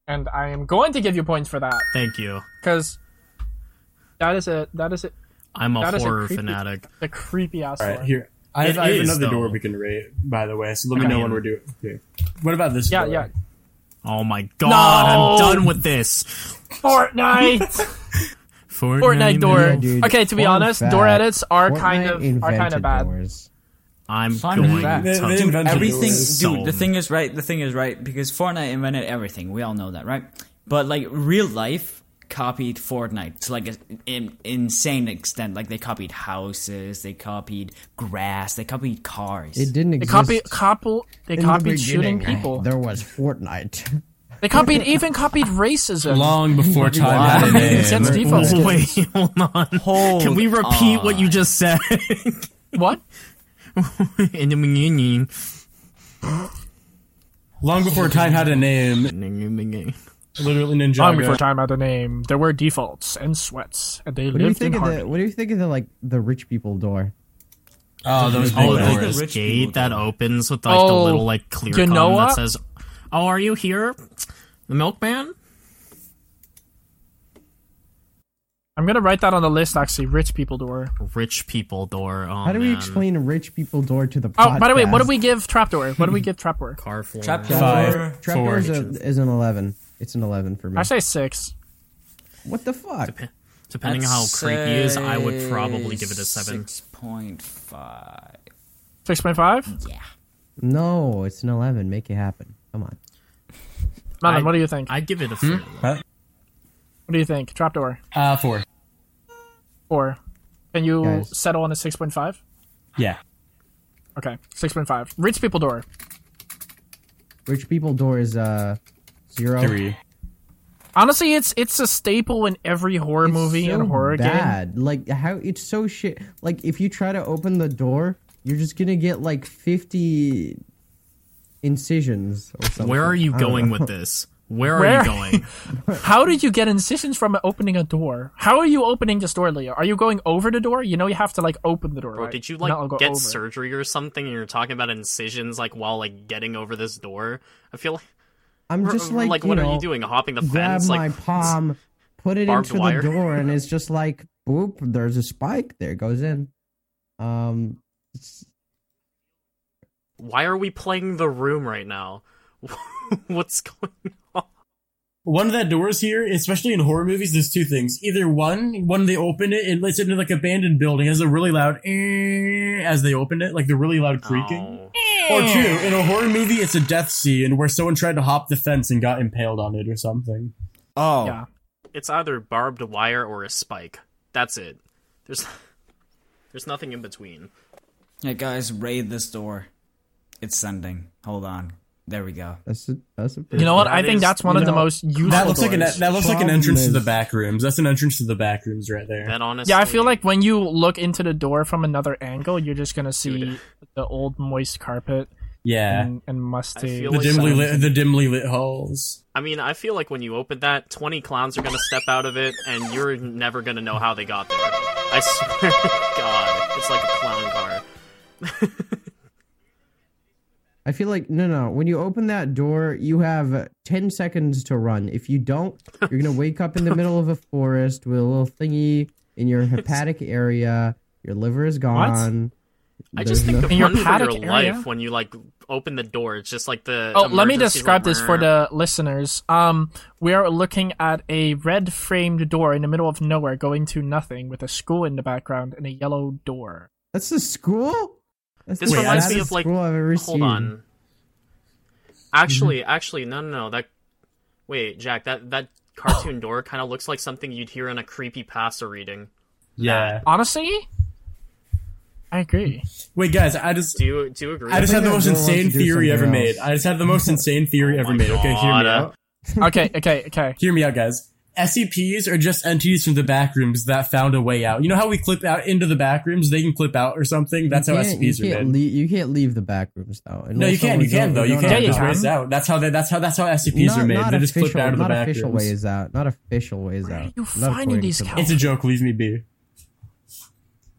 S1: and I am going to give you points for that
S3: Thank you.
S1: because that is a that is a,
S3: I'm a
S1: That is a
S3: horror
S1: creepy-
S3: fanatic.
S1: a creepy ass
S5: All
S1: door.
S5: right, here. I have,
S3: It
S5: I have
S3: is,
S5: another
S3: though.
S5: door we can rate, by the way. So let me know
S3: Okay.
S5: when we're doing. Here. What about this?
S1: Yeah,
S5: door?
S1: yeah.
S3: Oh my god,
S1: No!
S3: I'm done with this.
S1: Fortnite,
S3: Fortnite,
S1: Fortnite door.
S3: no.
S2: dude,
S1: okay, to be
S2: fun
S1: honest,
S2: fact,
S1: door edits are kind of
S2: Fortnite
S1: are kind
S2: invented
S1: of bad.
S2: doors.
S3: I'm
S4: Fun
S3: going
S4: fact.
S5: They- they
S3: to
S5: invented
S4: everything,
S5: doors.
S4: dude. The thing is right. The thing is right because Fortnite invented everything. We all know that, right? But like real life copied Fortnite to like an in, insane extent. Like they copied houses, they copied grass, they copied cars.
S2: It didn't
S1: They
S2: exist.
S1: copy, couple, they
S2: in the
S1: copied shooting
S2: beginning.
S1: people.
S2: There was Fortnite.
S1: They copied, even copied racism.
S5: Long before
S4: Why?
S5: time. had a
S4: It
S5: name.
S1: sense default.
S3: Oh, wait, hold on.
S4: Hold
S3: Can we repeat what you
S4: on.
S3: just said?
S1: What?
S3: In the beginning.
S5: Long before time had a name. Literally Ninjago.
S1: Long before time had a name, there were defaults and sweats, and they
S2: What do you
S1: lived in
S2: think of
S1: harmony.
S2: the What do you think of the like the rich people door?
S5: Oh, those big
S3: Oh,
S4: Like
S3: like
S4: the
S5: doors.
S3: this
S4: rich people
S3: gate that
S4: do.
S3: opens with like the
S1: Oh,
S3: little like clear
S1: you know
S3: column
S1: what?
S3: that says, "Oh, are you here, the milkman?"
S1: I'm gonna write that on the list. Actually, rich people door.
S3: Rich people door. Oh,
S2: How do we
S3: man.
S2: explain a rich people door to the?
S1: Oh, by the way, what
S2: podcast?
S1: do we give trapdoor? What do we give trapdoor?
S3: car floor?
S4: Trapdoor.
S5: Five.
S2: Trapdoor
S5: Four.
S2: is, a, is an eleven. It's an eleven for me.
S1: I say six.
S2: what the fuck?
S3: Depending on how creepy it is, I would probably give it a seven.
S4: Six point five.
S1: Six point five.
S2: Mm,
S4: Yeah.
S2: No, it's an eleven. Make it happen. Come on.
S1: Melon,
S3: I-
S1: what do you think?
S2: Hmm?
S3: I'd give it a four.
S1: what do you think? Trapdoor
S5: Uh, four.
S1: four. Can you
S2: Guys.
S1: settle on a six point five?
S6: Yeah.
S1: Okay, six point five. Rich people door.
S2: Rich people door is uh zero.
S6: Three.
S1: Honestly, it's it's a staple in every horror
S2: It's
S1: movie
S2: so
S1: and horror game.
S2: bad. Like how it's so shit. Like if you try to open the door, you're just gonna get like fifty incisions or something.
S3: Where are you
S2: I don't
S3: going
S2: know.
S3: with this? Where are
S1: Where-
S3: you going?
S1: How did you get incisions from opening a door? How are you opening this door, Leo? Are you going over the door? You know you have to like open the door.
S3: Bro,
S1: right?
S3: did you
S1: Not
S3: like
S1: go
S3: get
S1: over.
S3: surgery or something? And you're talking about incisions, like while like getting over this door. I feel like,
S2: I'm just like, you
S3: what
S2: know,
S3: are you doing? Hopping the
S2: Grab
S3: fence?
S2: my
S3: Like,
S2: palm, put it
S3: barbed
S2: into
S3: wire.
S2: the door, and it's just like boop. There's a spike. There it goes in. Um, it's-
S3: why are we playing the room right now? What's going on?
S5: one of the doors here, especially in horror movies, there's two things. Either one, when they open it, it lets into like abandoned building, it has a really loud "Eh," as they open it, like the really loud creaking.
S3: Oh.
S5: Or two, in a horror movie, it's a death scene where someone tried to hop the fence and got impaled on it or something.
S4: Oh,
S1: Yeah.
S3: It's either barbed wire or a spike. That's it. There's there's nothing in between.
S4: yeah, guys, raid this door. It's sending. Hold on. There we go.
S2: that's a, that's a
S1: You know what?
S3: That
S1: I think
S3: is-
S1: that's one
S2: you
S1: of the
S2: know,
S1: most useful.
S5: That looks like an
S1: doors.
S5: that looks like an
S2: Problem
S5: entrance to the
S2: is-
S5: back rooms. That's an entrance to the back rooms right there.
S3: That honestly.
S1: Yeah, I feel like when you look into the door from another angle, you're just gonna see
S3: Dude.
S1: the old moist carpet
S2: Mm-hmm.
S5: Yeah,
S1: and, and musty.
S3: feel
S5: the
S3: like
S5: dimly
S3: some-
S5: lit the dimly lit halls.
S3: I mean, I feel like when you open that, 20 clowns are gonna step out of it, and you're never gonna know how they got there. I swear to God, it's like a clown car.
S2: I feel like no, no. When you open that door, you have ten seconds to run. If you don't, you're gonna wake up in the middle of a forest with a little thingy in your hepatic area. Your liver is gone.
S3: I just think
S2: There's
S3: the
S2: no-
S1: In your
S3: fun for your
S1: paddock area?
S3: life when you like open the door, it's just like the.
S1: Oh, let me
S3: emergency
S1: describe
S3: room.
S1: this for the listeners. Um, we are looking at a red framed door in the middle of nowhere going to nothing with a school in the background and a yellow door.
S2: that's the school. That's
S3: This
S2: the
S3: reminds me
S2: saddest
S3: of like.
S2: school I've ever
S3: hold
S2: seen.
S3: on. Actually, actually, no, no, no. That wait, Jack. That that cartoon door kind of looks like something you'd hear in a creepy pasta reading.
S5: Yeah.
S1: Honestly, I agree.
S5: Wait, guys, I just
S3: Do you do you agree?
S5: I just
S2: think
S5: had
S2: I
S5: the most
S2: don't want to
S5: insane
S2: do
S5: theory ever
S2: something
S5: made.
S2: else.
S5: I just had the most insane theory ever
S3: Oh my
S5: made. Okay, hear
S3: God.
S5: me out.
S1: Okay, okay, okay.
S5: Hear me out, guys. SCPs are just entities from the back rooms that found a way out. You know how we clip out into the back rooms? They can clip out or something. That's
S2: You
S5: how
S2: can't- you
S5: SCPs are
S2: can't
S5: made.
S2: lea- you can't leave the back rooms though.
S5: no, you can. You can though. You can.
S1: Yeah, you
S5: There's
S1: can.
S5: ways out. That's how they, that's how that's how SCPs
S2: not,
S5: are made.
S2: Not
S5: They just
S2: official,
S5: clip out of the
S2: not
S5: back
S2: official
S5: rooms.
S2: ways out. Not official ways out.
S1: are you
S2: Not
S1: finding
S2: according
S1: these
S2: to the-
S1: cow-
S5: It's a joke. Leave me be.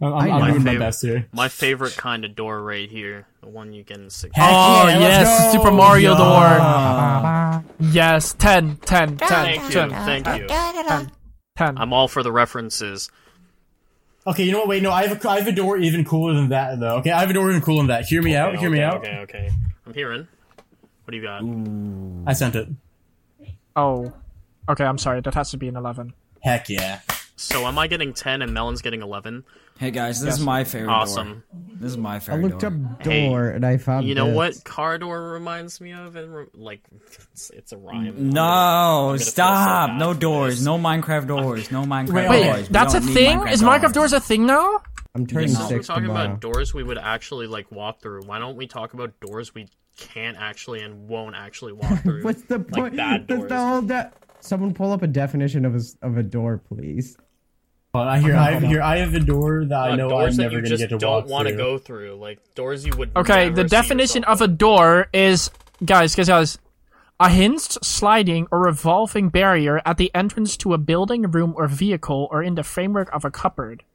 S5: I'm, I'm,
S2: I
S5: I'm
S2: know.
S5: doing my
S3: Favorite.
S5: best here.
S3: My favorite kind of door right here, the one you get in six.
S5: Heck
S1: Oh,
S5: yeah, let's
S1: yes,
S5: go!
S1: Super Mario
S5: Yeah.
S1: door. Yes, 10, 10, 10,
S3: Thank you,
S1: 10,
S3: thank you.
S1: 10.
S3: I'm all for the references.
S5: Okay, you know what? Wait, no, I have a, I have a door even cooler than that though. Okay, I have a door even cooler than that. Hear me out.
S3: Okay,
S5: Hear me
S3: okay,
S5: out.
S3: Okay, okay. I'm hearing. What do you got?
S5: I sent it.
S1: Oh, okay, I'm sorry. That has to be an 11.
S5: Heck yeah.
S3: So am I getting ten and Melon's getting eleven?
S4: Hey guys, this is my favorite
S3: Awesome.
S4: door. This is my
S2: I
S4: favorite
S2: looked
S4: door.
S2: up
S3: Hey,
S2: door and I found.
S3: You know
S2: this.
S3: what car door reminds me of? And re- like, it's, it's a rhyme.
S4: No,
S3: feel so
S4: stop.
S3: bad
S4: no
S3: for
S4: doors.
S3: this.
S4: No Minecraft doors. No Minecraft
S1: Wait,
S4: doors. We
S1: that's a
S4: don't need
S1: thing? Is Minecraft doors a thing now?
S2: I'm turning
S4: Yes.
S3: Now we're
S2: six
S3: talking
S2: tomorrow.
S3: about doors we would actually like walk through. Why don't we talk about doors we can't actually and won't actually walk through?
S2: What's the
S3: Like
S2: point?
S3: bad
S2: That's the
S3: doors.
S2: whole de- Someone pull up a definition of a s- of a door, please.
S5: Well, I hear, I have, here, I have a door that I
S3: Uh,
S5: know I'm
S3: doors
S5: never
S3: that you
S5: going to
S3: just
S5: get to
S3: don't
S5: walk
S3: want to
S5: through.
S3: go through, like doors you would.
S1: Okay, the
S3: never see
S1: definition
S3: yourself
S1: of a door is guys, guys, guys. A hinged, sliding, or revolving barrier at the entrance to a building, room, or vehicle, or in the framework of a cupboard.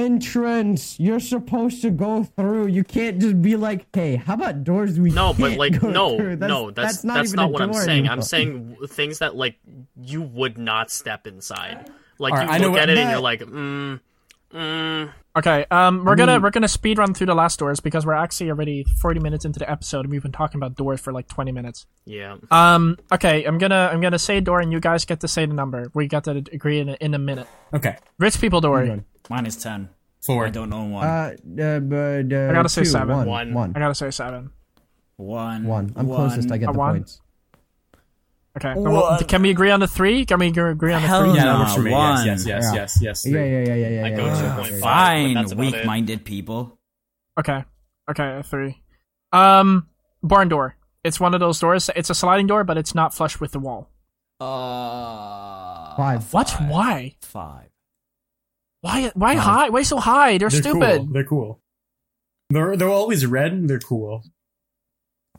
S2: Entrance. You're supposed to go through. You can't just be like, "Hey, how about doors we
S3: No, but
S2: can't
S3: like
S2: go
S3: no,
S2: through?"
S3: no, that's that's not,
S2: even a
S3: what I'm
S2: door
S3: saying. I'm
S2: anymore.
S3: saying w- things that like you would not step inside. Like
S5: Alright,
S3: you
S5: I know
S3: look
S5: what-
S3: at it and
S5: that-
S3: you're like, mm, mm.
S1: Okay, um, we're gonna we're gonna speed run through the last doors because we're actually already forty minutes into the episode and we've been talking about doors for like twenty minutes.
S3: yeah.
S1: Um, okay, I'm gonna I'm gonna say door and you guys get to say the number. We got to agree in a, in a minute.
S5: Okay,
S1: Rich people door.
S4: Mine is 10. I
S5: four.
S4: don't own one.
S2: Uh, uh, but, uh, I
S1: gotta say seven.
S2: One.
S3: One.
S1: I gotta say seven.
S4: one.
S2: One. I'm
S4: one,
S2: closest. I get
S1: A
S2: the
S1: one?
S2: points.
S1: Okay. then we'll-
S4: What?
S1: can we agree on the three? Can we agree on the
S4: Hell
S1: three?
S5: Yeah,
S4: Nah,
S5: that works for me. Yes,
S4: one.
S5: yes, yes,
S2: Yeah.
S5: yes, yes.
S2: Yeah, yeah, yeah, yeah, yeah.
S6: I
S2: yeah,
S6: go
S2: yeah,
S6: to
S2: yeah,
S6: point
S2: yeah.
S6: five.
S4: Fine,
S6: That's about it.
S4: weak-minded people.
S1: Okay. Okay, a three. Um, barn door. It's one of those doors. It's a sliding door, but it's not flush with the wall.
S4: Uh,
S2: Five.
S1: What? Why?
S4: Five.
S1: Why? Why high? Why so high? They're,
S5: They're
S1: stupid.
S5: Cool. They're cool. They're they're always red. and They're cool.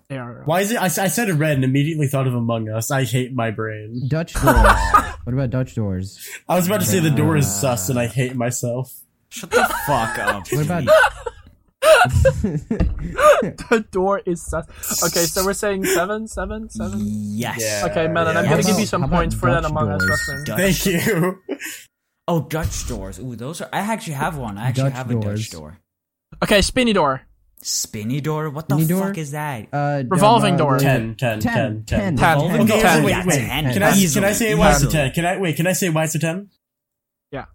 S1: They are.
S5: Why is it? I, s- I said red and immediately thought of Among Us. I hate my brain.
S2: Dutch doors. what about Dutch doors?
S5: I was about to say the door is sus, and I hate myself.
S4: Shut the fuck up.
S2: What about
S4: please.
S1: The door is sus. Okay, so we're saying seven, seven, seven.
S4: Yes.
S5: Yeah.
S1: Okay, Melon, I'm gonna
S5: yeah.
S2: How
S1: give you
S2: about-
S1: some
S2: how about
S1: points for that
S2: Dutch
S1: Among Us
S2: doors?
S1: reference.
S4: Dutch.
S5: Thank you.
S4: Oh, Dutch doors. Ooh, those are. I actually have one. I actually
S2: Dutch
S4: have a
S2: doors.
S4: Dutch door.
S1: Okay, spinny door.
S4: Spinny door. What the
S2: Spinny
S4: fuck
S2: door?
S4: is that?
S2: Uh,
S1: Revolving
S2: uh,
S1: door.
S2: the-
S5: Ten, ten, ten,
S2: Ten,
S5: ten.
S2: ten.
S1: Ten.
S4: Revolving
S5: Okay,
S4: door.
S5: so wait,
S4: Yeah,
S5: wait.
S4: ten.
S5: Can I can I
S4: Easily,
S5: say why it's a
S4: easily.
S5: ten? Can I wait? Can I say why it's a ten?
S1: Yeah.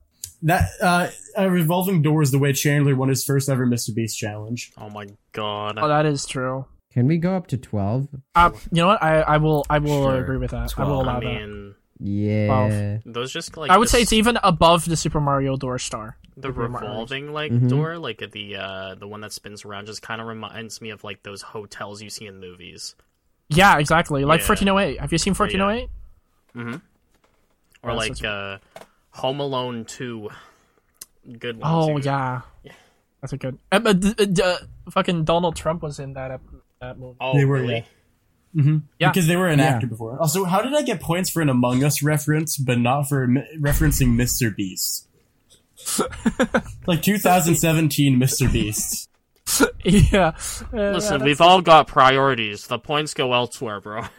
S5: That uh, a revolving door is the way Chandler won his first ever Mr. Beast challenge.
S6: Oh my god.
S1: Oh, that is true.
S2: Can we go up to twelve?
S1: Uh, you know what? I, I will I will
S6: Sure.
S1: agree with that. I will
S4: Twelve,
S1: allow
S6: I
S1: that.
S6: mean,
S2: Yeah.
S6: those just like
S1: I would
S6: the
S1: say
S6: s-
S1: it's even above the Super Mario door star.
S6: the revolving like
S2: Mhm.
S6: door, like the uh the one that spins around, just kind of reminds me of like those hotels you see in movies,
S1: Yeah, exactly. Like
S6: Yeah.
S1: 1408. Have you seen 1408?
S6: or
S1: That's
S6: like uh Home Alone Two. Good one.
S1: Oh
S6: too.
S1: yeah. That's a good. Uh, but d- d- d- uh, fucking Donald Trump was in that ep- that movie.
S6: Oh
S5: They were,
S6: really?
S5: yeah. Mm-hmm.
S1: Yeah.
S5: Because they were an
S2: Yeah.
S5: actor before. Also, how did I get points for an Among Us reference, but not for m- referencing Mr. Beast? like 2017 Mr. Beast.
S1: yeah. Uh,
S6: Listen,
S1: yeah,
S6: we've all got priorities. The points go elsewhere, bro.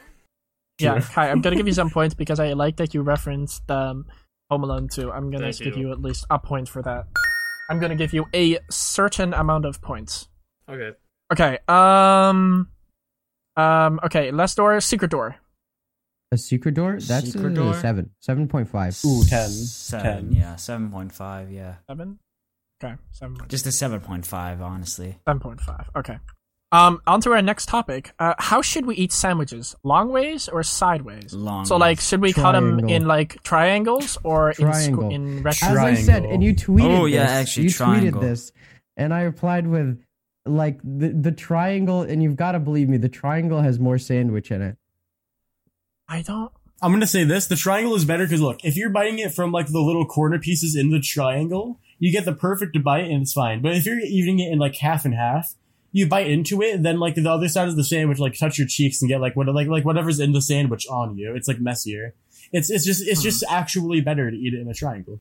S1: Yeah, Kai, I'm gonna give you some points because I like that you referenced um, Home Alone 2. I'm gonna
S6: Thank
S1: give
S6: you.
S1: you at least a point for that. I'm gonna give you a certain amount of points.
S6: Okay.
S1: Okay. Um. Um. Okay. Last door, secret door.
S2: A secret door? That's
S4: Secret
S2: uh,
S4: door?
S2: seven. Seven point five.
S5: Ooh, 10.
S4: Seven.
S5: 10.
S4: Yeah, seven point five. Yeah,
S1: Seven. Okay. Seven.
S4: just a seven point five. Honestly.
S1: Seven point five. Okay. Um. On to our next topic. Uh, how should we eat sandwiches? Long ways or sideways?
S4: Long
S1: So like,
S4: ways.
S1: should we cut 'em cut them
S2: Triangle.
S1: in like triangles or in
S2: Triangle.
S1: squ- in
S2: As
S1: rectangles?
S2: I said, and you tweeted.
S4: Oh, yeah,
S2: this.
S4: actually,
S2: you tweeted
S4: triangle.
S2: this, and I replied with, like the the triangle, and you've got to believe me, the triangle has more sandwich in it.
S1: I don't.
S5: I'm going to say this the triangle is better because, look, if you're biting it from like the little corner pieces in the triangle, you get the perfect bite and it's fine. But if you're eating it in like half and half, you bite into it, and then like the other side of the sandwich, like touch your cheeks and get like what like like whatever's in the sandwich on you. It's like messier. It's it's just it's just actually better to eat it in a triangle.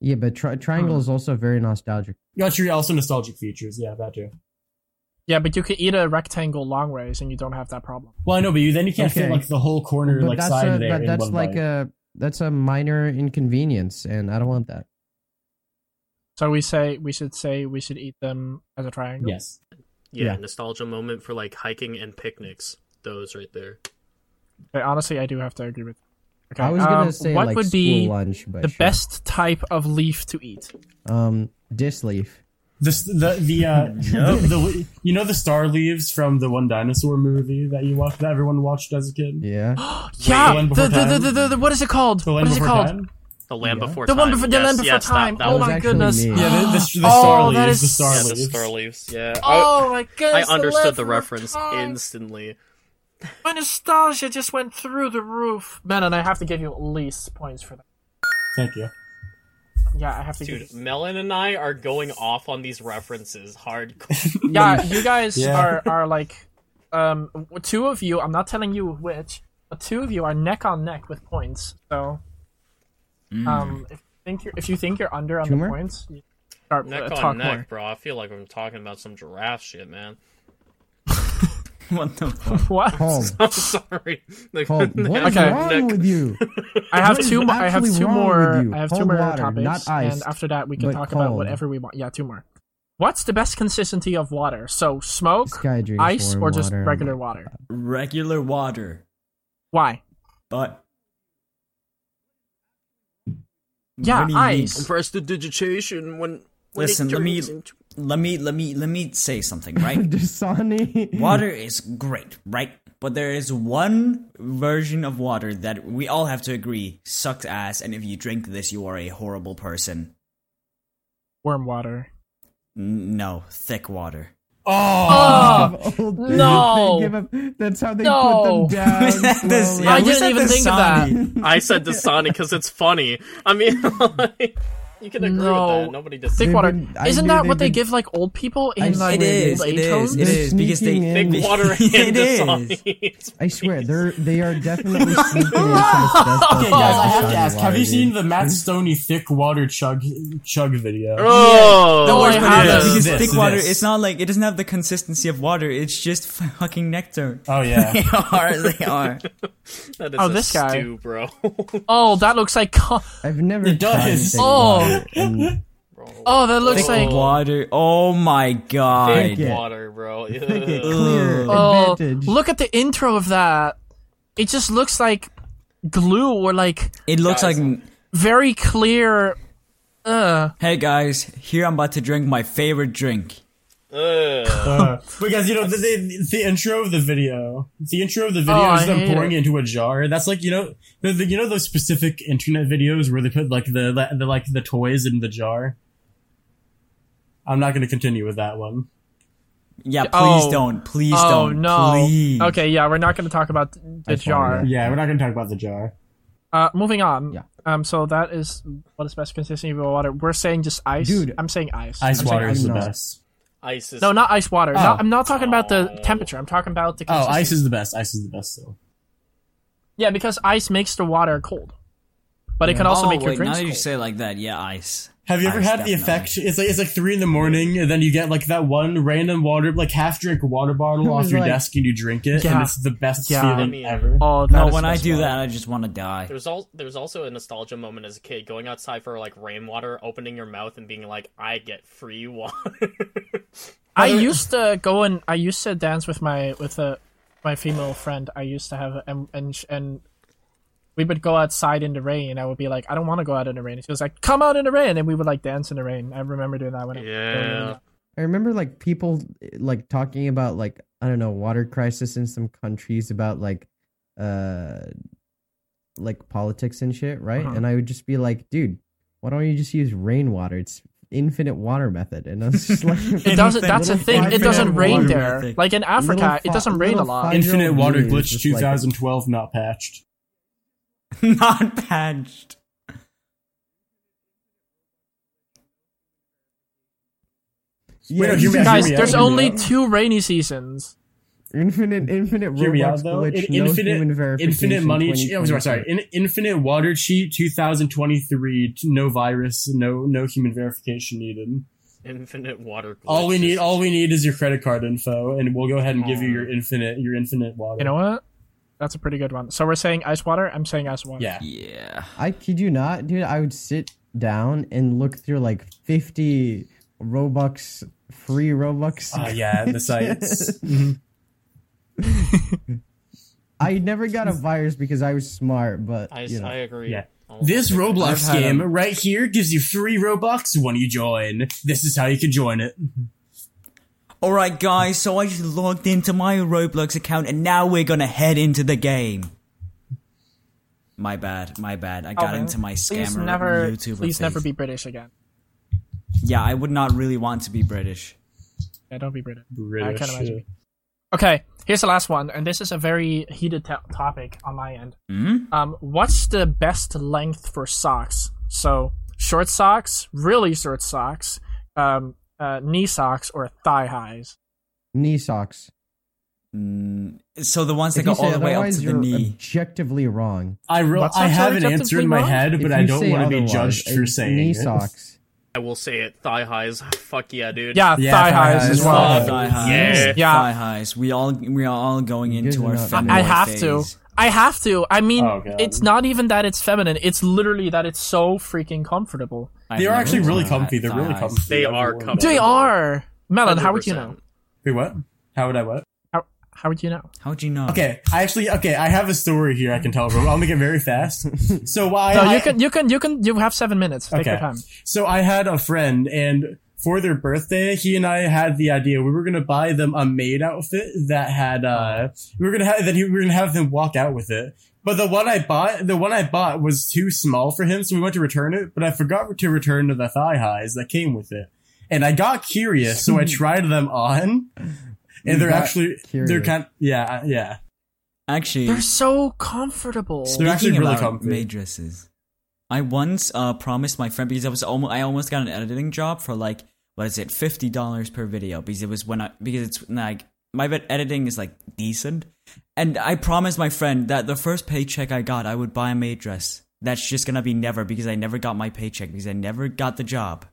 S2: Yeah, but tri- triangle is also very nostalgic.
S5: Got your also nostalgic features, yeah, that too.
S1: Yeah, but you could eat a rectangle long ways and you don't have that problem.
S5: Well, I know, but you then you can't fit
S2: Okay.
S5: like the whole corner
S2: but
S5: like
S2: that's
S5: side
S2: a,
S5: there.
S2: but
S5: in
S2: that's
S5: one
S2: like
S5: bite.
S2: a that's a minor inconvenience, and I don't want that.
S1: So we say we should say we should eat them as a triangle.
S5: yes.
S6: Yeah,
S2: Yeah.
S6: nostalgia moment for like hiking and picnics. Those right there.
S1: But honestly, I do have to agree with. Okay.
S2: I was gonna
S1: um,
S2: say
S1: what
S2: like
S1: would
S2: school
S1: be
S2: lunch, but
S1: the
S2: sure.
S1: best type of leaf to eat?
S2: um disleaf.
S5: This the the, uh, the the you know the star leaves from the one dinosaur movie that you watched that everyone watched as a kid.
S2: Yeah,
S1: yeah.
S5: Land
S1: The the,
S5: Before
S1: the,
S5: Time?
S1: the, the, the- what is it called?
S5: The
S1: What
S5: Land
S1: is it
S5: Before
S1: called?
S5: Time.
S6: The land before
S1: The
S6: time.
S1: one before the
S6: Yes,
S1: land before
S6: yes, that-
S1: time.
S6: that
S1: oh
S6: was-
S2: was
S1: my
S2: actually
S1: goodness.
S2: me.
S5: Yeah, the, the, the
S1: Oh,
S5: star
S1: that
S5: leaves. The
S1: is-
S5: star
S6: Yeah, the
S5: leaves.
S6: star leaves. Yeah.
S1: Oh my
S6: I, I
S1: goodness!
S6: understood
S1: Land
S6: the
S1: Before
S6: reference
S1: Time.
S6: instantly.
S1: My nostalgia just went through the roof, man. And I have to give you at least points for that.
S5: Thank you.
S1: Yeah, I have to.
S6: Dude,
S1: give
S6: Melon and I are going off on these references hardcore.
S1: you. Yeah, you guys
S5: Yeah.
S1: are are like, um, w- two of you. I'm not telling you which, but two of you are neck on neck with points. So,
S6: Mm.
S1: um, if you think you're if you think you're under on
S2: Tumor?
S1: the points, you start
S6: neck
S1: uh,
S6: on
S1: talk
S6: neck,
S1: more.
S6: bro. I feel like I'm talking about some giraffe shit, man.
S4: what the fuck?
S1: What?
S2: Paul.
S6: I'm sorry. Like,
S2: Paul, what is
S1: Okay.
S2: wrong with you?
S1: I have
S2: What is
S1: two. mo- I have
S2: actually
S1: two
S2: wrong
S1: more.
S2: with you?
S1: I have two
S2: Cold
S1: more
S2: water,
S1: topics,
S2: not
S1: and
S2: iced,
S1: after that we can
S2: but
S1: talk about
S2: cold.
S1: whatever we want. Yeah, two more. What's the best consistency of water? So
S2: This
S1: smoke,
S2: guy drinks
S1: ice,
S2: warm
S1: or just
S2: water.
S1: regular water?
S4: Regular water,
S1: Why?
S4: but
S1: Yeah,
S4: What do you mean?
S1: ice.
S6: Press the digitation when
S4: Listen, let me let me let me let me say something, right?
S2: Dasani.
S4: water is great, right? But there is one version of water that we all have to agree sucks ass, and if you drink this, you are a horrible person.
S1: Worm water.
S4: N- No, thick water.
S2: Oh,
S1: Ah, no.
S2: They give up- That's how they
S1: No.
S2: put them down.
S4: This-
S2: slowly.
S4: yeah,
S1: I
S4: we
S1: didn't
S4: said
S1: even
S4: this
S1: think of that.
S4: zombie.
S6: I said to Sonic because it's funny. I mean, like, you can agree with
S1: No.
S6: that. Nobody does.
S1: Thick
S2: They've
S1: water.
S2: been- I
S1: Isn't
S2: knew
S1: that
S2: they've
S1: what they
S2: been-
S1: give like old people
S2: I
S1: in like
S4: It is,
S1: old
S4: it
S1: age
S4: is,
S1: homes?
S4: it is, because they
S2: Sneaking
S6: Thick
S2: in.
S6: water and
S4: It is.
S6: Dasani.
S2: I swear, they're they are definitely sleeping in some asbestos.
S5: Okay, guys, Oh, I have
S2: Dasani
S5: to ask: Have you
S2: water,
S5: seen
S2: dude.
S5: the Matt Stoney thick water chug chug video?
S6: Oh,
S1: No, I
S6: it
S1: haven't.
S6: is.
S4: because
S5: This,
S4: thick water,
S5: this.
S4: it's not like it doesn't have the consistency of water. It's just fucking nectar.
S5: Oh yeah,
S4: They are, they are.
S6: That is
S1: Oh,
S6: a
S1: this guy.
S6: stew, bro.
S1: Oh, that looks like. co-
S2: I've never.
S5: It does.
S2: tried
S1: Oh.
S2: taking water and-
S1: Oh, that looks
S4: Thick
S1: like.
S4: water. Oh my
S6: Thick
S4: god.
S2: it.
S6: water, bro.
S2: Make it
S6: Ugh.
S2: clear.
S1: Oh,
S2: Advantage.
S1: look at the intro of that. It just looks like glue or like
S4: It looks
S6: Guys.
S4: like.
S1: very clear. Uh,
S4: Hey guys, here I'm about to drink my favorite drink.
S6: Ugh.
S5: uh, because you know the, the the intro of the video, the intro of the video
S1: Oh, I
S5: is them
S1: hate
S5: pouring
S1: it.
S5: into a jar. That's like you know the, the you know those specific internet videos where they put like the, the, the like the toys in the jar. I'm not going to continue with that one.
S4: Yeah, please
S1: Oh.
S4: don't. Please
S1: oh
S4: don't.
S1: no.
S4: Please.
S1: Okay, yeah, we're not going to talk about the
S2: I
S1: jar.
S2: found
S5: Yeah, we're not going to talk about the jar.
S1: Uh, moving on.
S2: Yeah.
S1: Um, so that is what is best consistency of water. We're saying just ice.
S2: Dude.
S1: I'm saying ice.
S5: Ice
S1: I'm saying
S5: water is the
S2: I'm not-
S5: best.
S6: Ice is
S1: No, not ice water. No,
S5: Oh.
S1: I'm not talking about the
S6: Oh.
S1: temperature. I'm talking about the.
S5: Oh,
S1: Consistency.
S5: ice is the best. Ice is the best still.
S1: Yeah, because ice makes the water cold, but it can also
S4: oh,
S1: make your
S4: wait, now
S1: drinks
S4: that you
S1: cold.
S4: say it like that, yeah, ice.
S5: Have you ever
S4: Ice,
S5: had the
S4: definitely.
S5: effect? It's like it's like three in the morning, and then you get like that one random water, like half drink water bottle
S2: It
S5: off
S2: was
S5: your
S2: like-
S5: desk, and you drink it,
S1: Yeah.
S5: and it's the best
S1: Yeah.
S5: feeling
S1: I
S6: mean-
S5: ever.
S1: Oh, that
S4: No,
S1: is
S4: when
S1: the
S4: I
S1: best
S4: do
S1: water.
S4: that, I just want to die.
S6: There's all there's also a nostalgia moment as a kid going outside for like rainwater, opening your mouth and being like, "I get free water."
S1: I used to go and I used to dance with my with a my female friend. I used to have and and sh- and we would go outside in the rain, and I would be like, I don't want to go out in the rain. And she was like, Come out in the rain, and we would like dance in the rain. I remember doing that when I was
S6: yeah.
S1: younger.
S2: I remember like people like talking about like I don't know water crisis in some countries about like uh like politics and shit, right?
S1: Uh-huh.
S2: And I would just be like, dude, why don't you just use rainwater? It's infinite water method, and I was just like,
S1: It doesn't. That's the
S2: Little
S1: thing. It
S2: five-year-old
S1: doesn't rain
S2: water
S1: there.
S4: method.
S1: Like in Africa, it
S2: fi-
S1: doesn't rain a
S2: little
S1: lot.
S2: fi- Infinite
S5: Infinite
S2: Real
S5: water
S2: news,
S5: glitch
S2: just like-
S5: 2012 not patched.
S4: Not patched.
S5: Wait, no,
S2: it's
S5: hear me
S2: just
S5: out,
S1: Guys,
S5: hear me out,
S1: there's
S5: hear me
S1: only
S5: out.
S1: two rainy seasons.
S2: infinite infinite
S5: Hear me
S2: Roblox
S5: out though.
S2: glitch,
S5: In-
S2: no human
S5: infinite,
S2: verification.
S5: infinite money. Che- oh,
S2: 2022.
S5: sorry, sorry. In- infinite water cheat 2023. t- No virus. No, no human verification needed.
S6: Infinite water.
S5: All we
S6: glitches.
S5: need, all we need, is your credit card info, and we'll go ahead and give you your infinite, your infinite water.
S1: You know what? That's a pretty good one. So we're saying ice water. I'm saying ice water.
S5: yeah.
S4: Yeah.
S2: I kid you not, dude. I would sit down and look through like fifty Robux free Robux.
S5: Oh yeah, the sites.
S2: I never got a virus because I was smart, but
S6: I,
S2: you know.
S6: I agree.
S5: Yeah.
S6: Oh,
S5: This
S6: okay.
S5: Roblox
S4: I've had
S5: game
S4: a-
S5: right here gives you free Robux when you join. This is how you can join it.
S4: Alright, guys, so I just logged into my Roblox account and now we're gonna head into the game. My bad, my bad. I got
S1: Alvin,
S4: into my scammer
S1: Please never,
S4: YouTuber.
S1: please never
S4: phase.
S1: be British again.
S4: Yeah, I would not really want to be British.
S1: Yeah, don't be British.
S5: British,
S1: I can imagine.
S5: yeah.
S1: Okay, here's the last one, and this is a very heated to- topic on my end. Um, what's the best length for socks? So short socks, really short socks, um, uh, knee socks, or thigh highs.
S2: knee socks.
S4: So the ones that
S2: If you
S4: go all
S2: say
S4: the way up
S2: otherwise,
S4: to the
S2: you're
S4: knee.
S2: objectively wrong.
S5: I re-
S1: What's
S5: I
S1: not
S5: have an
S1: so
S5: answer in my
S1: acceptably
S5: head, but
S2: If
S5: I
S2: you
S5: don't
S2: say
S5: want to be
S2: otherwise,
S5: judged for
S2: it's
S5: saying
S2: knee
S5: it.
S2: socks.
S6: I will say it. Thigh highs. Fuck yeah, dude.
S1: Yeah,
S5: Yeah,
S1: thigh,
S5: thigh
S1: highs,
S5: highs.
S1: as well.
S6: Fuck.
S4: Thigh highs.
S6: Yeah.
S1: Yeah.
S4: Thigh highs. We all we are all going
S2: guys
S4: into
S2: are
S4: our
S2: not
S4: femboy
S1: I have to.
S4: phase.
S1: I have to. I mean,
S5: Oh, God.
S1: it's not even that it's feminine. It's literally that it's so freaking comfortable.
S4: I've
S5: They are
S4: never
S5: actually really
S4: had
S5: comfy. They're
S4: thigh
S5: really
S4: highs.
S5: comfy.
S6: They
S5: I've
S6: are
S5: worn
S6: comfy.
S5: them.
S1: They are. Melon, how would you
S6: Oh, 100%.
S1: know?
S5: Wait, what? How would I what?
S1: How, how would you know?
S4: How'd you know?
S5: Okay, I actually okay. I have a story here I can tell. I'll make it very fast. So why?
S1: No,
S5: I,
S1: you can, you can, you can, you have seven minutes. Take
S5: Okay.
S1: your time.
S5: So I had a friend, and for their birthday, he and I had the idea we were gonna buy them a maid outfit that had uh we were gonna have that he, we were gonna have them walk out with it. But the one I bought, the one I bought was too small for him, so we went to return it. But I forgot to return the thigh highs that came with it, and I got curious, so I tried them on, and they're
S2: got
S5: actually they're
S2: curious.
S5: kind yeah yeah
S4: Actually,
S1: They're so comfortable.
S5: They're actually
S4: Speaking
S5: really
S4: about
S5: comfy.
S4: maid dresses. I once uh, promised my friend because I was almost I almost got an editing job for like what is it fifty dollars per video because it was when I because it's like my vid- editing is like decent and I promised my friend that the first paycheck I got I would buy a maid dress. That's just gonna be never because I never got my paycheck because I never got the job.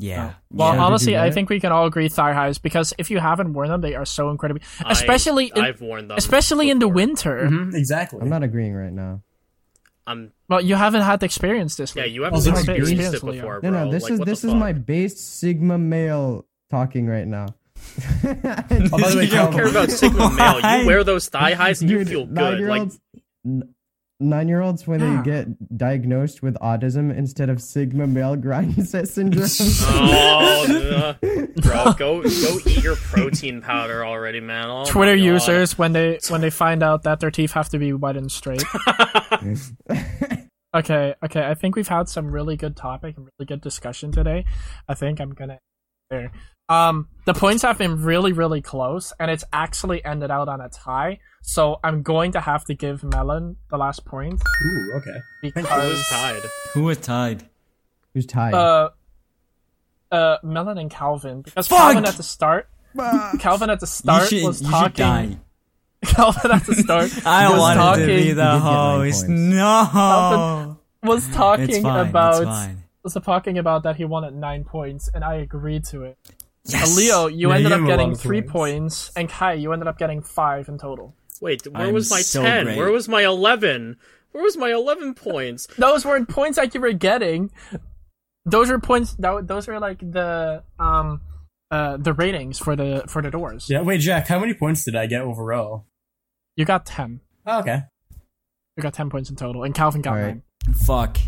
S4: Yeah.
S1: Oh. Well,
S2: did you
S1: honestly,
S2: wear
S1: I
S2: it?
S1: think we can all agree thigh highs because if you haven't worn them, they are so incredible,
S6: I-
S1: especially in,
S6: I've worn them,
S1: especially in the
S6: before. Mm-hmm.
S1: winter.
S5: Mhm, exactly.
S2: I'm not agreeing right now.
S6: I'm
S1: Well, you haven't had the experience this
S6: yeah,
S1: week.
S6: you haven't
S5: Also, it's
S6: experienced
S1: based-
S6: it before,
S2: No,
S6: bro.
S2: no, this
S6: like,
S2: is
S6: what
S2: this
S6: the
S2: is
S6: fuck?
S2: my base Sigma male talking right now.
S5: Oh, by the way,
S4: You don't
S6: I don't care
S5: Calvin,
S6: about Sigma male. You wear those thigh highs and you
S2: Dude,
S6: feel good. Like
S2: nine-year-olds- n- Nine-year-olds when
S1: Yeah.
S2: they get diagnosed with autism instead of Sigma male grind set syndrome.
S6: Oh, no. bro, go go eat your protein powder already, man. Oh my
S1: Twitter
S6: God.
S1: users when they when they find out that their teeth have to be wet and straight. okay, okay. I think we've had some really good topic and really good discussion today. I think I'm gonna there. Um, the points have been really really close, and it's actually ended out on a tie. So I'm going to have to give Melon the last point
S5: Ooh, okay.
S6: Who is
S1: because
S6: tied?
S4: Who was tied?
S2: Who's tied?
S1: uh, uh, Melon and Calvin because
S4: Fuck!
S1: Calvin at the start. Calvin at the
S4: You
S1: start
S4: should, you
S1: was
S4: should
S1: talking.
S4: die.
S1: Calvin at the start.
S4: I
S1: was
S4: wanted
S1: talking,
S4: to be the
S2: get nine
S4: host.
S2: points.
S4: No.
S1: was
S4: It's
S1: talking
S4: fine. it's
S1: about
S4: fine.
S1: was talking about that he wanted nine points, and I agreed to it.
S4: Yes.
S1: Leo, you
S5: Yeah,
S1: ended
S5: you
S1: up
S5: gave him a lot
S1: getting
S5: of
S1: three
S5: points.
S1: points, and Kai, you ended up getting five in total.
S6: Wait, where
S4: I'm
S6: was my
S4: so
S6: ten?
S4: great.
S6: Where was my eleven? Where was my eleven points?
S1: Those weren't points that you were getting. Those were points. That, w- those were like the um uh the ratings for the for the doors.
S5: Yeah, wait, Jack, how many points did I get overall?
S1: You got ten.
S5: Oh, okay.
S1: You got ten points in total, and Calvin got
S2: All right.
S1: nine.
S4: Fuck.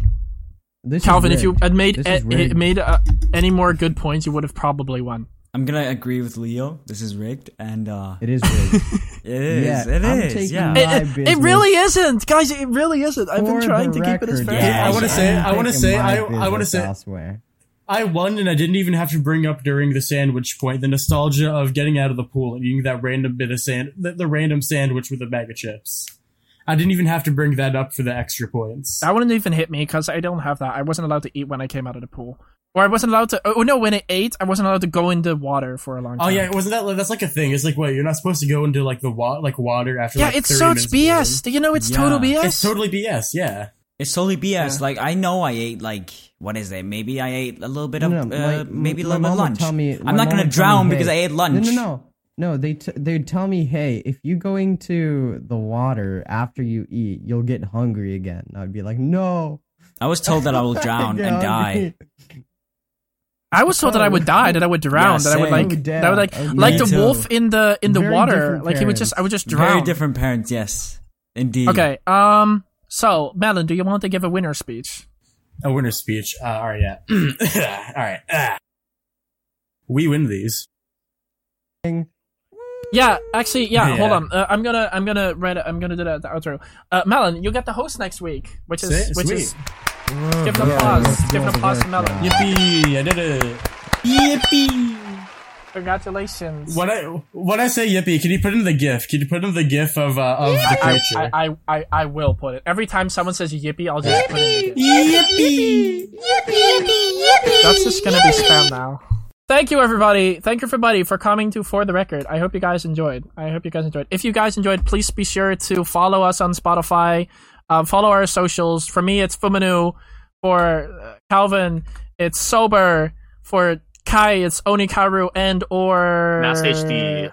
S2: This is
S1: Calvin, if you
S2: rigged.
S1: had made
S2: This
S1: a,
S2: is rigged.
S1: made uh, any more good points, you would have probably won.
S4: I'm gonna agree with Leo. This is rigged, and uh,
S2: it is rigged.
S4: it is.
S2: yeah,
S4: it
S2: I'm
S4: is,
S2: taking
S4: Yeah.
S2: my
S1: It- it, it
S2: business.
S1: really isn't, guys. It really isn't. I've been
S2: For
S1: trying
S2: the
S1: to keep it as
S2: record,
S1: fair. as
S4: yeah.
S1: possible.
S4: I wanna
S5: say- I
S2: I'm
S5: wanna
S2: taking
S5: say-
S2: my
S5: I- I wanna
S2: business
S5: say-
S2: elsewhere.
S5: I won, and I didn't even have to bring up during the sandwich point the nostalgia of getting out of the pool and eating that random bit of sand, the, the random sandwich with a bag of chips. I didn't even have to bring that up for the extra points.
S1: That wouldn't even hit me because I don't have that. I wasn't allowed to eat when I came out of the pool, or I wasn't allowed to. Oh no, when I ate, I wasn't allowed to go into water for a long time.
S5: Oh yeah, wasn't that that's like a thing? It's like wait, you're not supposed to go into like the wa- like water after.
S1: yeah.
S5: like,
S1: it's
S5: 30
S1: so it's
S5: minutes of
S1: BS. Do you know it's
S4: Yeah.
S1: total BS?
S5: eating. It's totally BS. Yeah,
S4: It's totally BS. Like I know I ate like what is it? Maybe I ate a little bit of
S2: No, no,
S4: uh,
S2: my-
S4: maybe a
S2: my
S4: little bit of
S2: mom would
S4: lunch.
S2: Tell me, my
S4: I'm not
S2: mom
S4: gonna
S2: would tell
S4: drown
S2: me,
S4: because I
S2: "Hey-"
S4: ate lunch.
S2: No, no, no. No, they t- they'd tell me, hey, if you go into the water after you eat, you'll get hungry again. And I'd be like, no.
S4: I was told that I will drown
S2: I get
S4: and die.
S2: hungry."
S1: I was told that I would die, that I would drown, that I would
S4: same.
S1: like,
S2: Oh,
S1: that I would like,
S2: damn.
S1: like
S4: Me
S1: the
S4: too.
S1: wolf in the in the
S2: Very
S1: water.
S2: different
S1: Like he would just,
S2: parents.
S1: I would just
S4: Very
S1: drown.
S4: different parents. Yes, indeed.
S1: Okay. Um. So, Melon, do you want to give a winner speech?
S5: a winner speech. Uh, all right, yeah, all right. ah. We win these.
S1: Yeah, actually, yeah.
S5: Yeah.
S1: Hold on, uh, I'm gonna, I'm gonna write, it- I'm gonna do that the outro. Uh, Melon, you get the host next week, which is,
S5: Sweet,
S1: which
S5: sweet.
S1: is. Give an applause, give an applause to Melon.
S5: Yippee! I did it.
S4: Yippee!
S1: Congratulations.
S5: When I when I say yippee, can you put in the gif? Can you put in the gif of uh, of the
S1: I,
S5: creature?
S1: I, I, I, I will put it every time someone says yippee. I'll just put it. in.
S4: Yippee!
S1: That's just gonna be spam now. Thank you, everybody. Thank you, everybody, for coming to For the Record. I hope you guys enjoyed. I hope you guys enjoyed. If you guys enjoyed, please be sure to follow us on Spotify. Um, follow our socials. For me, it's Fumanu. For uh, Calvin, it's Sober. For Kai, it's Onikaru and or
S6: Mass HD.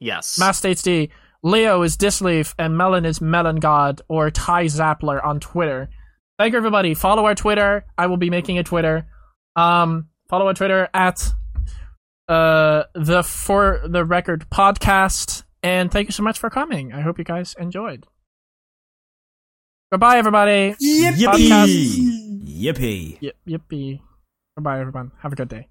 S6: Yes.
S1: Uh, Mass States D. Leo is Disleaf, and Melon is Melon God or Ty Zappler on Twitter. Thank you, everybody. Follow our Twitter. I will be making a Twitter. Um, follow our Twitter at uh the for the record podcast. And thank you so much for coming. I hope you guys enjoyed. Goodbye, everybody.
S4: Yippee!
S1: Podcast.
S4: Yippee!
S1: Yip, yippee. Goodbye, everyone. Have a good day.